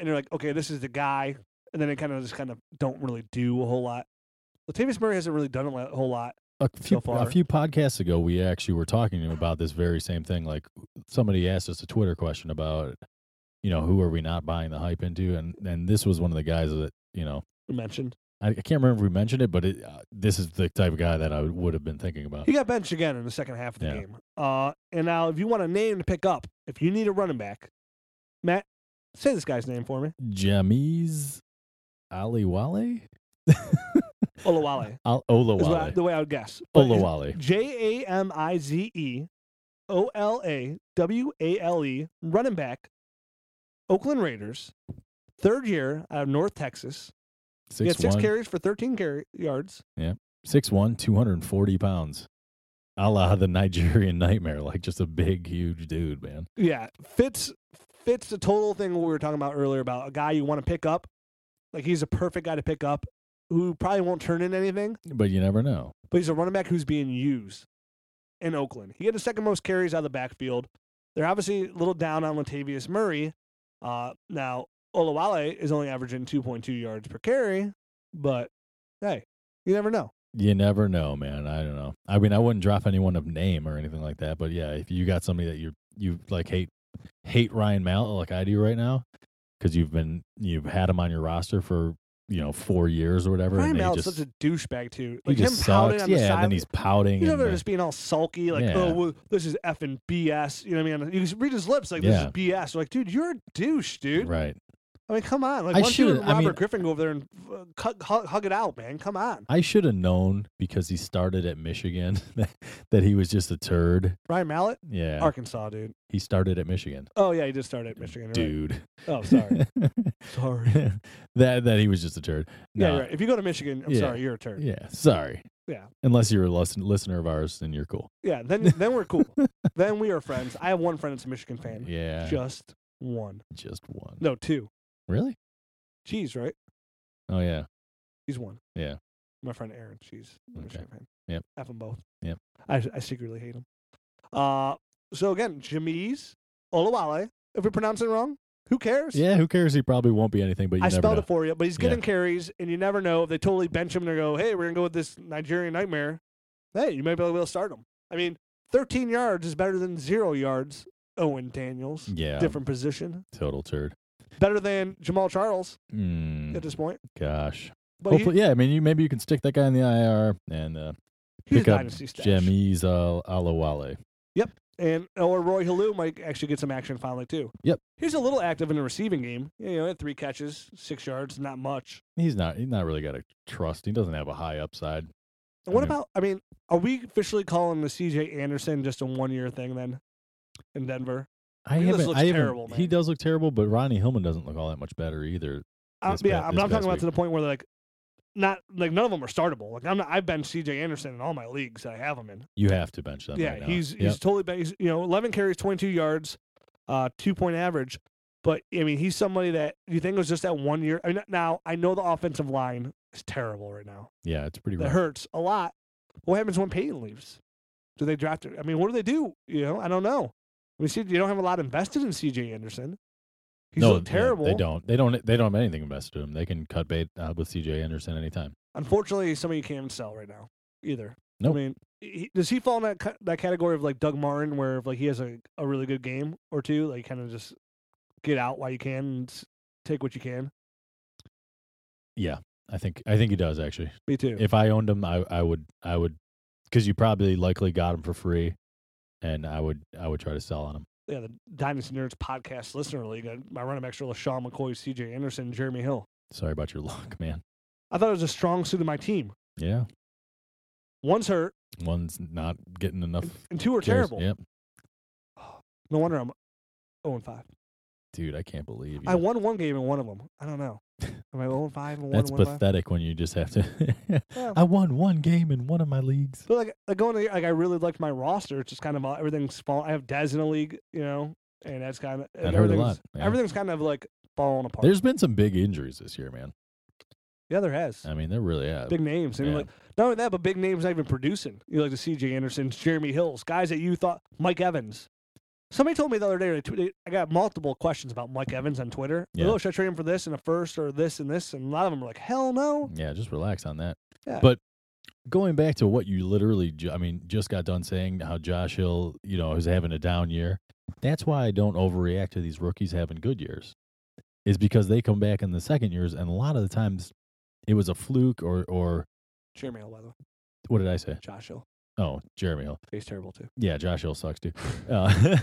Speaker 2: and you're like, okay, this is the guy, and then they kind of just kind of don't really do a whole lot. Latavius Murray hasn't really done a lo- whole lot.
Speaker 3: a few, a
Speaker 2: far.
Speaker 3: few podcasts ago, we actually were talking about this very same thing. Like somebody asked us a Twitter question about, you know, who are we not buying the hype into, and and this was one of the guys that you know
Speaker 2: we Mentioned
Speaker 3: I, I can't remember if we mentioned it, but it, uh, this is the type of guy that I would have been thinking about.
Speaker 2: he got benched again in the second half of the
Speaker 3: Yeah.
Speaker 2: game. Uh, and now if you want a name to pick up, if you need a running back, Matt, say this guy's name for me.
Speaker 3: Jamies Aliwale,
Speaker 2: Olawale.
Speaker 3: Al-
Speaker 2: Is what I,
Speaker 3: Olawale,
Speaker 2: the way I would guess. But his-
Speaker 3: Olawale.
Speaker 2: J A M I Z E O L A W A L E, running back, Oakland Raiders, third year out of North Texas. he had
Speaker 3: Six
Speaker 2: six
Speaker 3: one,
Speaker 2: carries for 13 carry- yards.
Speaker 3: six one, two hundred and forty pounds. A la the Nigerian nightmare, like just a big, huge dude, man.
Speaker 2: Yeah, fits fits the total thing what we were talking about earlier about a guy you want to pick up. Like he's a perfect guy to pick up who probably won't turn in anything,
Speaker 3: But you never know.
Speaker 2: but he's a running back who's being used in Oakland. He had the second most carries out of the backfield. They're obviously a little down on Latavius Murray. Uh, now, Olawale is only averaging 2.2 yards per carry, but hey, you never know.
Speaker 3: You never know, man. I don't know. I mean, I wouldn't drop anyone of name or anything like that, but yeah, if you got somebody that you you like hate hate Ryan Mallett like I do right now because you've been you've had him on your roster for you know four years or whatever,
Speaker 2: Ryan
Speaker 3: and they
Speaker 2: Mallett's
Speaker 3: just,
Speaker 2: such a douchebag, too.
Speaker 3: he
Speaker 2: Like
Speaker 3: just
Speaker 2: him pouting
Speaker 3: sucks.
Speaker 2: on
Speaker 3: yeah,
Speaker 2: the
Speaker 3: and
Speaker 2: side.
Speaker 3: then he's pouting.
Speaker 2: He's
Speaker 3: and
Speaker 2: over there
Speaker 3: the-
Speaker 2: just being all sulky, like,
Speaker 3: Yeah.
Speaker 2: oh, well, this is effing BS. You know what I mean? You can read his lips, like, this
Speaker 3: Yeah.
Speaker 2: is BS. You're like, dude, you're a douche, dude.
Speaker 3: right.
Speaker 2: I mean, come on. Like,
Speaker 3: I
Speaker 2: why don't you
Speaker 3: should-
Speaker 2: and
Speaker 3: I
Speaker 2: Robert
Speaker 3: mean-
Speaker 2: Griffin go over there and uh, hug, hug, hug it out, man? Come on.
Speaker 3: I should have known because he started at Michigan that, that he was just a turd.
Speaker 2: Ryan Mallett,
Speaker 3: Yeah,
Speaker 2: Arkansas, dude.
Speaker 3: he started at Michigan,
Speaker 2: Oh, yeah, he just started at Michigan. you're right.
Speaker 3: dude.
Speaker 2: Oh, sorry. sorry.
Speaker 3: that that he was just a turd.
Speaker 2: Yeah,
Speaker 3: No,
Speaker 2: you're right. If you go to Michigan, I'm
Speaker 3: Yeah.
Speaker 2: sorry, you're a turd.
Speaker 3: Yeah, sorry.
Speaker 2: Yeah.
Speaker 3: Unless you're a listen, listener of ours, then you're cool.
Speaker 2: Yeah, then then we're cool. then we are friends. I have one friend that's a Michigan fan.
Speaker 3: Yeah. Just,
Speaker 2: Just one.
Speaker 3: one.
Speaker 2: No, two.
Speaker 3: Really?
Speaker 2: Cheese, right?
Speaker 3: Oh yeah.
Speaker 2: He's one.
Speaker 3: Yeah.
Speaker 2: My friend Aaron, she's a
Speaker 3: Okay.
Speaker 2: Michigan fan.
Speaker 3: Yep.
Speaker 2: F them both.
Speaker 3: Yep.
Speaker 2: I, I secretly hate them. Uh, so again, Jamies Olawale. If we pronounce it wrong, who cares?
Speaker 3: Yeah. Who cares? He probably won't be anything, but you
Speaker 2: I
Speaker 3: never
Speaker 2: spelled
Speaker 3: know.
Speaker 2: it for you, but he's
Speaker 3: Yeah.
Speaker 2: getting carries, and you never know. If they totally bench him and they go, hey, we're going to go with this Nigerian nightmare, hey, you might be able to start him. I mean, 13 yards is better than zero yards, Owen Daniels.
Speaker 3: yeah.
Speaker 2: Different position.
Speaker 3: Total turd.
Speaker 2: Better than Jamal Charles
Speaker 3: Mm,
Speaker 2: at this point.
Speaker 3: gosh.
Speaker 2: But
Speaker 3: Hopefully, yeah. I mean, you maybe you can stick that guy in the IR and uh,
Speaker 2: he, he's
Speaker 3: pick
Speaker 2: a
Speaker 3: up
Speaker 2: dynasty stash.
Speaker 3: Jamies Al- Alawale.
Speaker 2: And oh, or Roy Halou might actually get some action finally too.
Speaker 3: Yep.
Speaker 2: He's a little active in the receiving game. You know, he had three catches, six yards, not much.
Speaker 3: He's not. He's not really got a trust. He doesn't have a high upside.
Speaker 2: And what
Speaker 3: I mean-
Speaker 2: about? I mean, are we officially calling the C.J. Anderson just a one-year thing then in Denver?
Speaker 3: I
Speaker 2: He just
Speaker 3: haven't.
Speaker 2: looks
Speaker 3: I haven't.
Speaker 2: terrible,
Speaker 3: He
Speaker 2: man.
Speaker 3: does look terrible, but Ronnie Hillman doesn't look all that much better either.
Speaker 2: Uh,
Speaker 3: This
Speaker 2: yeah,
Speaker 3: pa-
Speaker 2: I'm
Speaker 3: this
Speaker 2: not
Speaker 3: past
Speaker 2: talking about
Speaker 3: week.
Speaker 2: to the point where like, not like none of them are startable. Like I'm not. I've been C.J. Anderson in all my leagues that I have him in.
Speaker 3: You have to bench them.
Speaker 2: yeah,
Speaker 3: right now.
Speaker 2: he's
Speaker 3: Yep.
Speaker 2: he's totally. ba- He's, you know, 11 carries, 22 yards, uh, two point average. But I mean, he's somebody that you think it was just that one year. I mean, now I know the offensive line is terrible right now.
Speaker 3: Yeah, it's pretty
Speaker 2: That
Speaker 3: rough.
Speaker 2: hurts a lot. What happens when Peyton leaves? Do they draft? I mean, what do they do? You know, I don't know. I mean, see, you don't have a lot invested in C.J. Anderson. He's
Speaker 3: no,
Speaker 2: looked
Speaker 3: yeah,
Speaker 2: terrible.
Speaker 3: they don't. They don't. They don't have anything invested in him. They can cut bait uh, with C.J. Anderson anytime.
Speaker 2: Unfortunately, somebody you can't sell right now either.
Speaker 3: Nope.
Speaker 2: I mean, he, does he fall in that ca- that category of like Doug Martin, where if like he has a, a really good game or two, like kind of just get out while you can and s- take what you can?
Speaker 3: Yeah, I think. I think he does actually.
Speaker 2: Me too.
Speaker 3: If I owned him, I, I would. I would, because you probably likely got him for free, and I would. I would try to sell on him.
Speaker 2: yeah, the Dynasty Nerds podcast listener league. uh, My running backs are LaShawn McCoy, C.J. Anderson, Jeremy Hill.
Speaker 3: Sorry about your luck, man.
Speaker 2: I thought it was a strong suit of my team.
Speaker 3: Yeah,
Speaker 2: One's hurt,
Speaker 3: one's not getting enough.
Speaker 2: and two are
Speaker 3: carries.
Speaker 2: terrible.
Speaker 3: Yep,
Speaker 2: No wonder I'm 0 and 5.
Speaker 3: dude, I can't believe you.
Speaker 2: I won one game in one of them. I don't know. Am I 0 and 5 and 1
Speaker 3: That's
Speaker 2: and 1 5?
Speaker 3: pathetic when you just have to.
Speaker 2: Yeah.
Speaker 3: I won one game in one of my leagues.
Speaker 2: But like, like going to, like I really liked my roster. It's just kind of all, everything's fall. I have Dez in a league, you know, and that's kind of
Speaker 3: That
Speaker 2: and
Speaker 3: hurt a
Speaker 2: everything's
Speaker 3: lot, yeah.
Speaker 2: everything's kind of like falling apart.
Speaker 3: There's been some big injuries this year, man.
Speaker 2: yeah, there has
Speaker 3: I mean, there really have.
Speaker 2: big names, and
Speaker 3: Uh, yeah.
Speaker 2: like not only that, but big names not even producing. You know, like the C.J. Andersons, Jeremy Hills, guys that you thought Mike Evans. Somebody told me the other day, they tw- they- I got multiple questions about Mike Evans on Twitter. Like,
Speaker 3: Yeah.
Speaker 2: Oh, should I trade him for this and a first or this and this? And a lot of them were like, hell no.
Speaker 3: Yeah, just relax on that.
Speaker 2: Yeah.
Speaker 3: But going back to what you literally, ju- I mean, just got done saying how Josh Hill, you know, is having a down year. That's why I don't overreact to these rookies having good years, is because they come back in the second years, and a lot of the times it was a fluke or or
Speaker 2: Jeremy Hill, by the way.
Speaker 3: what did I say?
Speaker 2: Josh Hill.
Speaker 3: Oh, Jeremy Hill.
Speaker 2: He's terrible too.
Speaker 3: Yeah, Josh Hill sucks too. Uh,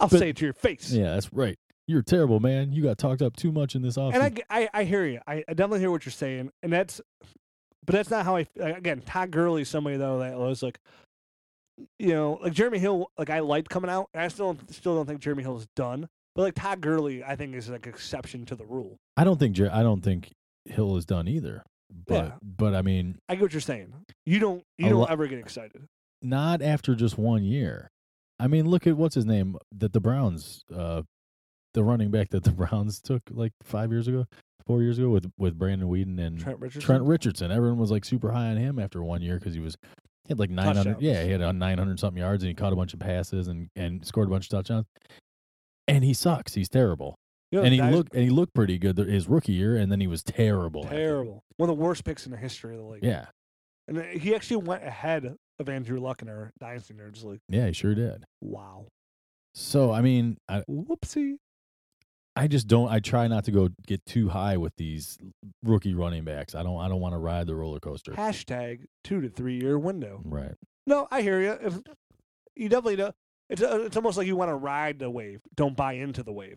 Speaker 2: I'll
Speaker 3: But-
Speaker 2: say it to your face.
Speaker 3: yeah, that's right. You're terrible, man. You got talked up too much in this offseason.
Speaker 2: and I, g- I- I hear you. I, I definitely hear what you're saying, and that's, but that's not how I. f- like, Again, Todd Gurley's somebody though that was like, you know, like Jeremy Hill. Like I liked coming out, and I still still don't think Jeremy Hill is done. But like Todd Gurley, I think is like exception to the rule.
Speaker 3: I don't think Jer- I don't think Hill is done either. But
Speaker 2: Yeah.
Speaker 3: but I mean,
Speaker 2: I get what you're saying. You don't you
Speaker 3: A
Speaker 2: don't
Speaker 3: lot-
Speaker 2: ever get excited.
Speaker 3: not after just one year. I mean, look at what's his name that the Browns, uh, the running back that the Browns took like five years ago, four years ago with with Brandon Whedon and Mm. Trent
Speaker 2: Trent Richardson.
Speaker 3: Richardson. Everyone was like super high on him after one year because he was he had like nine hundred.
Speaker 2: Touchdowns.
Speaker 3: Yeah, he had a nine hundred something yards and he caught a bunch of passes and and scored a bunch of touchdowns. And he sucks. He's terrible.
Speaker 2: You know,
Speaker 3: and he
Speaker 2: that is
Speaker 3: looked and he looked pretty good th- his rookie year, and then he was terrible. after.
Speaker 2: terrible. One of the worst picks in the history of the league.
Speaker 3: Yeah,
Speaker 2: And then he actually went ahead of Andrew Luck in our Dynasty Nerds League.
Speaker 3: yeah, he sure did.
Speaker 2: Wow.
Speaker 3: So I mean, I,
Speaker 2: Whoopsie.
Speaker 3: I just don't. I try not to go get too high with these rookie running backs. I don't. I don't want to ride the roller coaster.
Speaker 2: Hashtag two to three year window.
Speaker 3: Right.
Speaker 2: No, I hear you. If you definitely do, it's uh, it's almost like you want to ride the wave. Don't buy into the wave.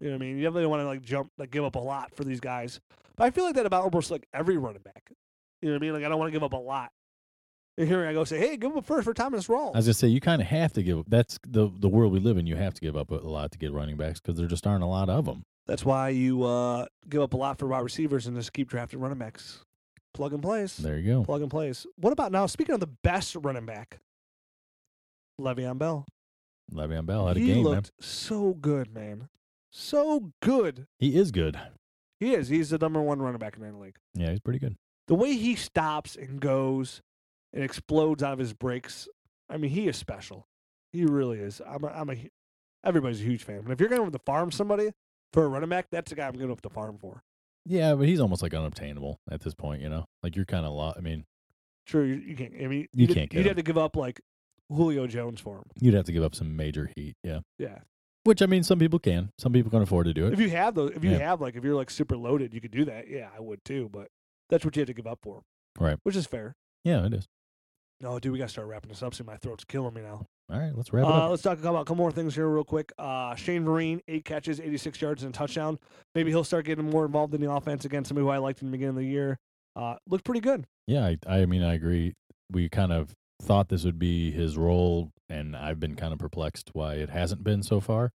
Speaker 2: You know what I mean? You definitely want to like jump, like give up a lot for these guys. But I feel like that about almost like every running back. You know what I mean? Like I don't want to give up a lot. And here I go say, hey, give him a first for Thomas Rawls.
Speaker 3: I was gonna say you kind of have to give. That's the the world we live in. You have to give up a lot to get running backs because there just aren't a lot of them.
Speaker 2: That's why you uh, give up a lot for wide receivers and just keep drafting running backs. Plug and plays.
Speaker 3: There you go.
Speaker 2: Plug and plays. What about now? Speaking of the best running back, Le'Veon Bell.
Speaker 3: Le'Veon Bell had a
Speaker 2: he
Speaker 3: game.
Speaker 2: looked
Speaker 3: Man.
Speaker 2: so good, man. So good.
Speaker 3: He is good.
Speaker 2: He is. He's the number one running back in the league.
Speaker 3: Yeah, he's pretty good.
Speaker 2: The way he stops and goes and explodes out of his breaks, I mean, he is special. He really is. I'm a, I'm a hu- everybody's a huge fan. But if you're going with the farm somebody for a running back, that's the guy I'm going up the farm for.
Speaker 3: Yeah, but he's almost like unobtainable at this point. You know, like you're kind of lot. I mean,
Speaker 2: Sure, you, you can't. I mean,
Speaker 3: You
Speaker 2: you'd-
Speaker 3: can't get
Speaker 2: You'd
Speaker 3: him.
Speaker 2: have to give up like Julio Jones for him.
Speaker 3: you'd have to give up some major heat. Yeah.
Speaker 2: Yeah.
Speaker 3: Which I mean, some people can. Some people can afford to do it.
Speaker 2: If you have those, if you
Speaker 3: Yeah.
Speaker 2: have like, if you're like super loaded, you could do that. Yeah, I would too. But that's what you had to give up for. him.
Speaker 3: Right.
Speaker 2: Which is fair.
Speaker 3: yeah, it is.
Speaker 2: No, Oh, dude, we got to start wrapping this up. See, my throat's killing me now.
Speaker 3: All right, let's wrap it
Speaker 2: Uh,
Speaker 3: up.
Speaker 2: let's talk about a couple more things here, real quick. Uh, Shane Vereen, eight catches, 86 yards, and a touchdown. Maybe he'll start getting more involved in the offense again. Somebody who I liked in the beginning of the year uh, looked pretty good.
Speaker 3: Yeah, I, I mean, I agree. We kind of thought this would be his role, and I've been kind of perplexed why it hasn't been so far.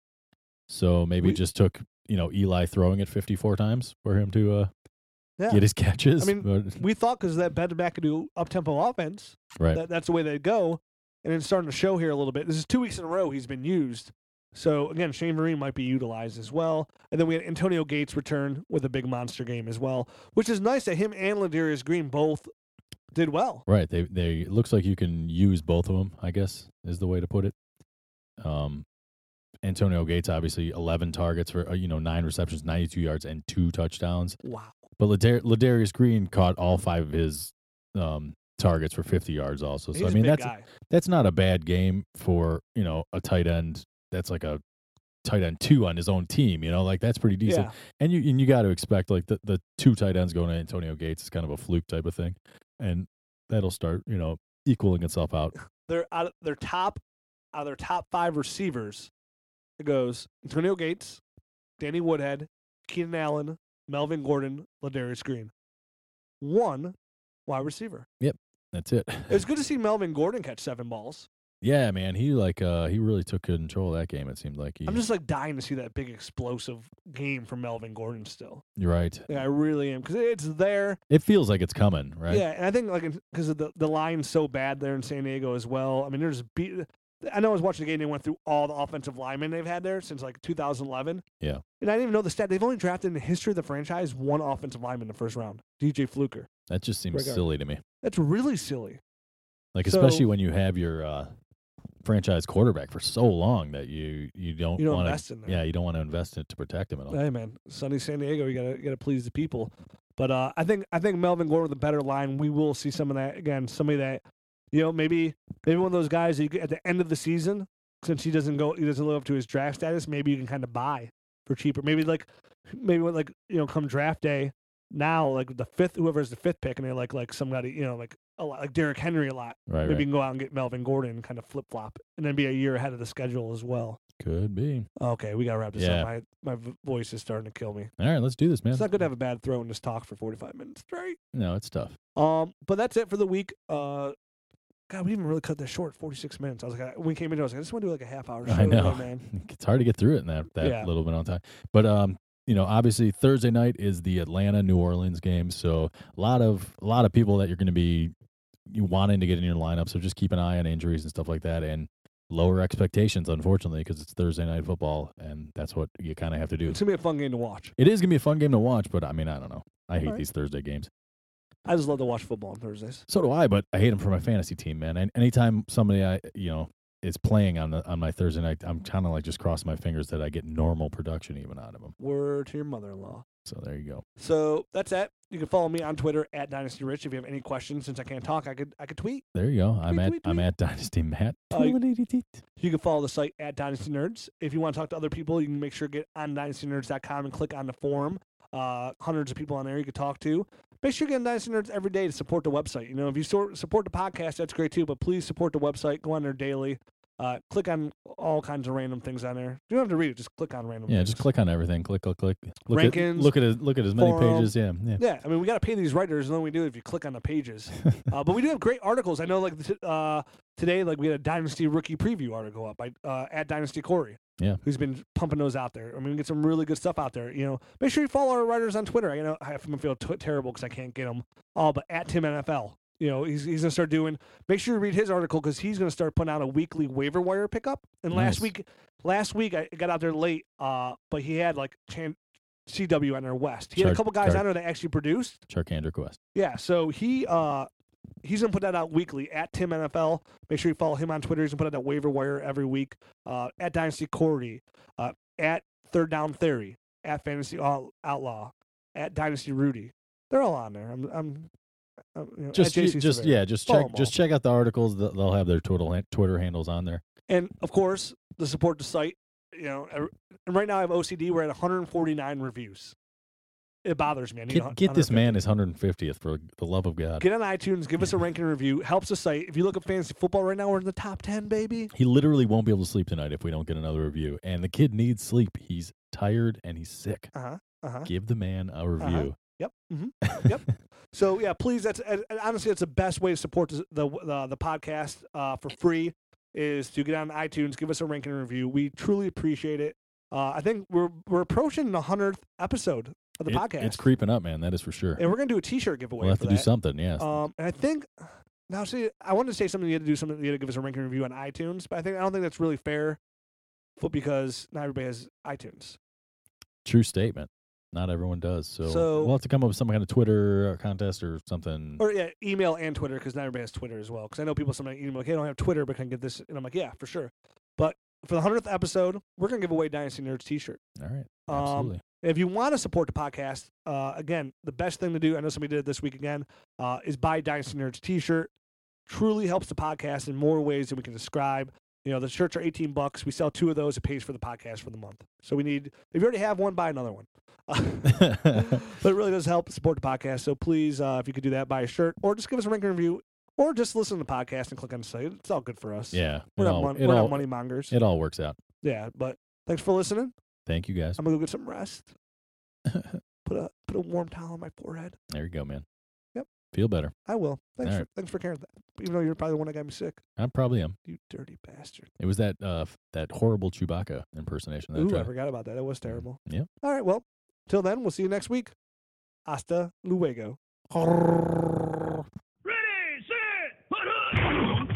Speaker 3: So maybe
Speaker 2: We-
Speaker 3: it just took you know Eli throwing it 54 times for him to uh,
Speaker 2: Yeah.
Speaker 3: get his catches.
Speaker 2: mean,
Speaker 3: but-
Speaker 2: We thought because that bed back into up tempo offense,
Speaker 3: right,
Speaker 2: that, that's the way they go. And it's starting to show here a little bit. This is two weeks in a row he's been used. So again, Shane Vereen might be utilized as well. And then we had Antonio Gates return with a big monster game as well, which is nice that him and Ladarius Green both did well.
Speaker 3: Right. They they it looks like you can use both of them. I guess is the way to put it. Um, Antonio Gates obviously eleven targets for uh, you know nine receptions, ninety two yards, and two touchdowns.
Speaker 2: Wow.
Speaker 3: But Ladar- Ladarius Green caught all five of his um targets for fifty yards also. So
Speaker 2: He's
Speaker 3: I mean
Speaker 2: a big
Speaker 3: that's
Speaker 2: guy.
Speaker 3: that's not a bad game for you know a tight end. That's like a tight end two on his own team. You know, like that's pretty decent.
Speaker 2: Yeah.
Speaker 3: And you and you got to expect like the, the two tight ends going to Antonio Gates is kind of a fluke type of thing, and that'll start you know equaling itself out.
Speaker 2: They're out of their top out of their top five receivers. It goes Antonio Gates, Danny Woodhead, Keenan Allen, Melvin Gordon, Ladarius Green. One wide receiver.
Speaker 3: That's it.
Speaker 2: It's good to see Melvin Gordon catch seven balls.
Speaker 3: yeah, man, he like uh he really took control of that game. It seemed like he.
Speaker 2: I'm just like dying to see that big explosive game from Melvin Gordon still.
Speaker 3: you're right.
Speaker 2: Like, I really am because it's there.
Speaker 3: It feels like it's coming, right?
Speaker 2: Yeah, and I think like because the the line's so bad there in San Diego as well. I mean, there's be- I know I was watching the game. They went through all the offensive linemen they've had there since like 2011.
Speaker 3: Yeah.
Speaker 2: and I didn't even know the stat. They've only drafted in the history of the franchise one offensive lineman in the first round, DJ Fluker.
Speaker 3: That just seems
Speaker 2: Regard-
Speaker 3: silly to me.
Speaker 2: That's really silly.
Speaker 3: Like
Speaker 2: So-
Speaker 3: especially when you have your uh franchise quarterback for so long that you you don't,
Speaker 2: You don't
Speaker 3: want
Speaker 2: invest
Speaker 3: to
Speaker 2: in them.
Speaker 3: Oh, yeah you don't want to invest in it to protect him at all.
Speaker 2: Hey man, sunny San Diego, you gotta you gotta please the people. But uh, I think I think Melvin Gordon with a better line, we will see some of that again. Somebody that you know maybe maybe one of those guys that you, get at the end of the season, since he doesn't go he doesn't live up to his draft status, maybe you can kind of buy for cheaper. Maybe like maybe when, like you know come draft day now like the fifth whoever's the fifth pick and they like like somebody you know like a lot, like Derrick Henry a lot. Maybe
Speaker 3: Right, right.
Speaker 2: you can go out and get Melvin Gordon and kind of flip flop and then be a year ahead of the schedule as well.
Speaker 3: Could be.
Speaker 2: Okay, we gotta wrap this
Speaker 3: Yeah.
Speaker 2: up. My my v- voice is starting to kill me.
Speaker 3: All right, let's do this, man.
Speaker 2: It's not good to have a bad throat and just talk for 45 minutes straight.
Speaker 3: No, it's tough.
Speaker 2: Um, but that's it for the week. Uh, God, we even really cut this short, 46 minutes. I was like, I, when we came into, it, I was like, I just want to do like a half hour show,
Speaker 3: I
Speaker 2: today,
Speaker 3: know.
Speaker 2: man.
Speaker 3: It's hard to get through it in that, that
Speaker 2: Yeah.
Speaker 3: little bit on time. But um, you know, obviously Thursday night is the Atlanta New Orleans game, so a lot of a lot of people that you're going to be you wanting to get in your lineup. So just keep an eye on injuries and stuff like that, and lower expectations, unfortunately, because it's Thursday night football, and that's what you kind of have to do.
Speaker 2: It's gonna be a fun game to watch.
Speaker 3: It is going to be a fun game to watch, but I mean, I don't know. I hate
Speaker 2: Alright.
Speaker 3: these Thursday games.
Speaker 2: I just love to watch football on Thursdays.
Speaker 3: So do I, but I hate them for my fantasy team, man. And anytime somebody I you know is playing on the on my Thursday night, I'm kind of like just crossing my fingers that I get normal production even out of them.
Speaker 2: Word to your mother-in-law.
Speaker 3: So there you go.
Speaker 2: So that's it. You can follow me on Twitter at Dynasty Rich if you have any questions. Since I can't talk, I could I could tweet.
Speaker 3: There you go. I'm
Speaker 2: Tweet,
Speaker 3: at
Speaker 2: tweet,
Speaker 3: I'm
Speaker 2: tweet.
Speaker 3: at Dynasty Matt.
Speaker 2: Uh, You can follow the site at Dynasty Nerds. If you want to talk to other people, you can make sure to get on dynastynerds.com and click on the forum. Uh, hundreds of people on there you can talk to. Make sure you get on Dynasty Nerds every day to support the website. You know, if you sort, support the podcast, that's great too, but please support the website. Go on there daily. Uh, click on all kinds of random things on there. You don't have to read it, just click on random
Speaker 3: yeah,
Speaker 2: things.
Speaker 3: just click on everything. Click, click, click. Look at
Speaker 2: Rankings,
Speaker 3: look at as, look at as many
Speaker 2: forum.
Speaker 3: pages. Yeah, yeah.
Speaker 2: Yeah, I mean, we got to pay these writers, and then we do if you click on the pages. uh, but we do have great articles. I know, like t- uh, today, like we had a Dynasty rookie preview article up by uh, at Dynasty Corey.
Speaker 3: Yeah.
Speaker 2: who's been pumping those out there. I mean, we get some really good stuff out there. You know, make sure you follow our writers on Twitter. I know I feel t- terrible because I can't get them all, but at Tim NFL. You know, he's, he's gonna start doing. Make sure you read his article because he's gonna start putting out a weekly waiver wire pickup. And last
Speaker 3: Nice.
Speaker 2: week, last week I got out there late, uh, but he had like Chan- CW on there West. He had a
Speaker 3: Char-
Speaker 2: couple guys
Speaker 3: Char-
Speaker 2: on there that actually produced.
Speaker 3: Charcander Quest.
Speaker 2: Yeah, so he uh he's gonna put that out weekly at Tim NFL. Make sure you follow him on Twitter. He's gonna put out a waiver wire every week. Uh, at Dynasty Cordy, uh, at Third Down Theory, at Fantasy Out- Outlaw, at Dynasty Rudy. They're all on there. I'm I'm, I'm you know, at
Speaker 3: Just you-
Speaker 2: JC
Speaker 3: just
Speaker 2: Severo.
Speaker 3: yeah, just
Speaker 2: Follow
Speaker 3: check
Speaker 2: 'em all.
Speaker 3: just check out the articles. Th- They'll have their Twitter Twitter handles on there.
Speaker 2: And of course, to support the site, you know, er- and right now I have OCD. We're at 149 reviews. It bothers me. I need a hun-
Speaker 3: Get, get this
Speaker 2: 150.
Speaker 3: man his 150th for the love of God.
Speaker 2: Get on iTunes, give us a ranking review. Helps the site. If you look at fantasy football right now, we're in the top ten, baby.
Speaker 3: He literally won't be able to sleep tonight if we don't get another review. And the kid needs sleep. He's tired and he's sick.
Speaker 2: Uh huh. Uh huh.
Speaker 3: Give the man a review.
Speaker 2: Yep. Mm-hmm. Yep. so yeah, please. That's and- and honestly, that's the best way to support the the, the, the podcast uh, for free is to get on iTunes, give us a ranking review. We truly appreciate it. Uh, I think we're we're approaching the hundredth episode of the
Speaker 3: It-
Speaker 2: podcast,
Speaker 3: It's creeping up, man. That is for sure.
Speaker 2: and we're gonna do a T-shirt giveaway.
Speaker 3: We'll have
Speaker 2: for
Speaker 3: to do
Speaker 2: that.
Speaker 3: something. Yes.
Speaker 2: Um, and I think now, see, I wanted to say something. You had to do something. You had to give us a ranking review on iTunes, but I think I don't think that's really fair But because not everybody has iTunes.
Speaker 3: True statement. Not everyone does. So,
Speaker 2: So-
Speaker 3: we'll have to come up with some kind of Twitter uh, contest or something.
Speaker 2: Or yeah, email and Twitter because not everybody has Twitter as well. Because I know people sometimes email like, "Hey, I don't have Twitter, but can I get this?" And I'm like, "Yeah, for sure." But for the hundredth episode, we're gonna give away Dynasty Nerds T-shirt.
Speaker 3: All right.
Speaker 2: Um,
Speaker 3: Absolutely.
Speaker 2: If you want to support the podcast, uh, again, the best thing to do, I know somebody did it this week again, uh, is buy Dynasty Nerds t-shirt. Truly helps the podcast in more ways than we can describe. You know, the shirts are 18 bucks. We sell two of those. It pays for the podcast for the month. So we need, if you already have one, buy another one. but it really does help support the podcast. So please, uh, if you could do that, buy a shirt or just give us a rank and review or just listen to the podcast and click on the site. It's all good for us.
Speaker 3: yeah.
Speaker 2: We're,
Speaker 3: it
Speaker 2: not,
Speaker 3: all,
Speaker 2: mon-
Speaker 3: it
Speaker 2: we're
Speaker 3: all-
Speaker 2: not money mongers.
Speaker 3: It all works out.
Speaker 2: Yeah, but thanks for listening.
Speaker 3: Thank you guys.
Speaker 2: I'm going to go get some rest. put a put a warm towel on my forehead.
Speaker 3: There you go, man.
Speaker 2: Yep.
Speaker 3: Feel better.
Speaker 2: I will. Thanks
Speaker 3: All
Speaker 2: for thanks for caring. Even though you're probably the one that got me sick.
Speaker 3: I probably am.
Speaker 2: You dirty bastard.
Speaker 3: It was that uh f- that horrible Chewbacca impersonation that I
Speaker 2: Ooh, I
Speaker 3: tried.
Speaker 2: forgot about that. That was terrible.
Speaker 3: Yeah.
Speaker 2: All right. Well, till then, we'll see you next week. Hasta luego.
Speaker 1: Ready, set, put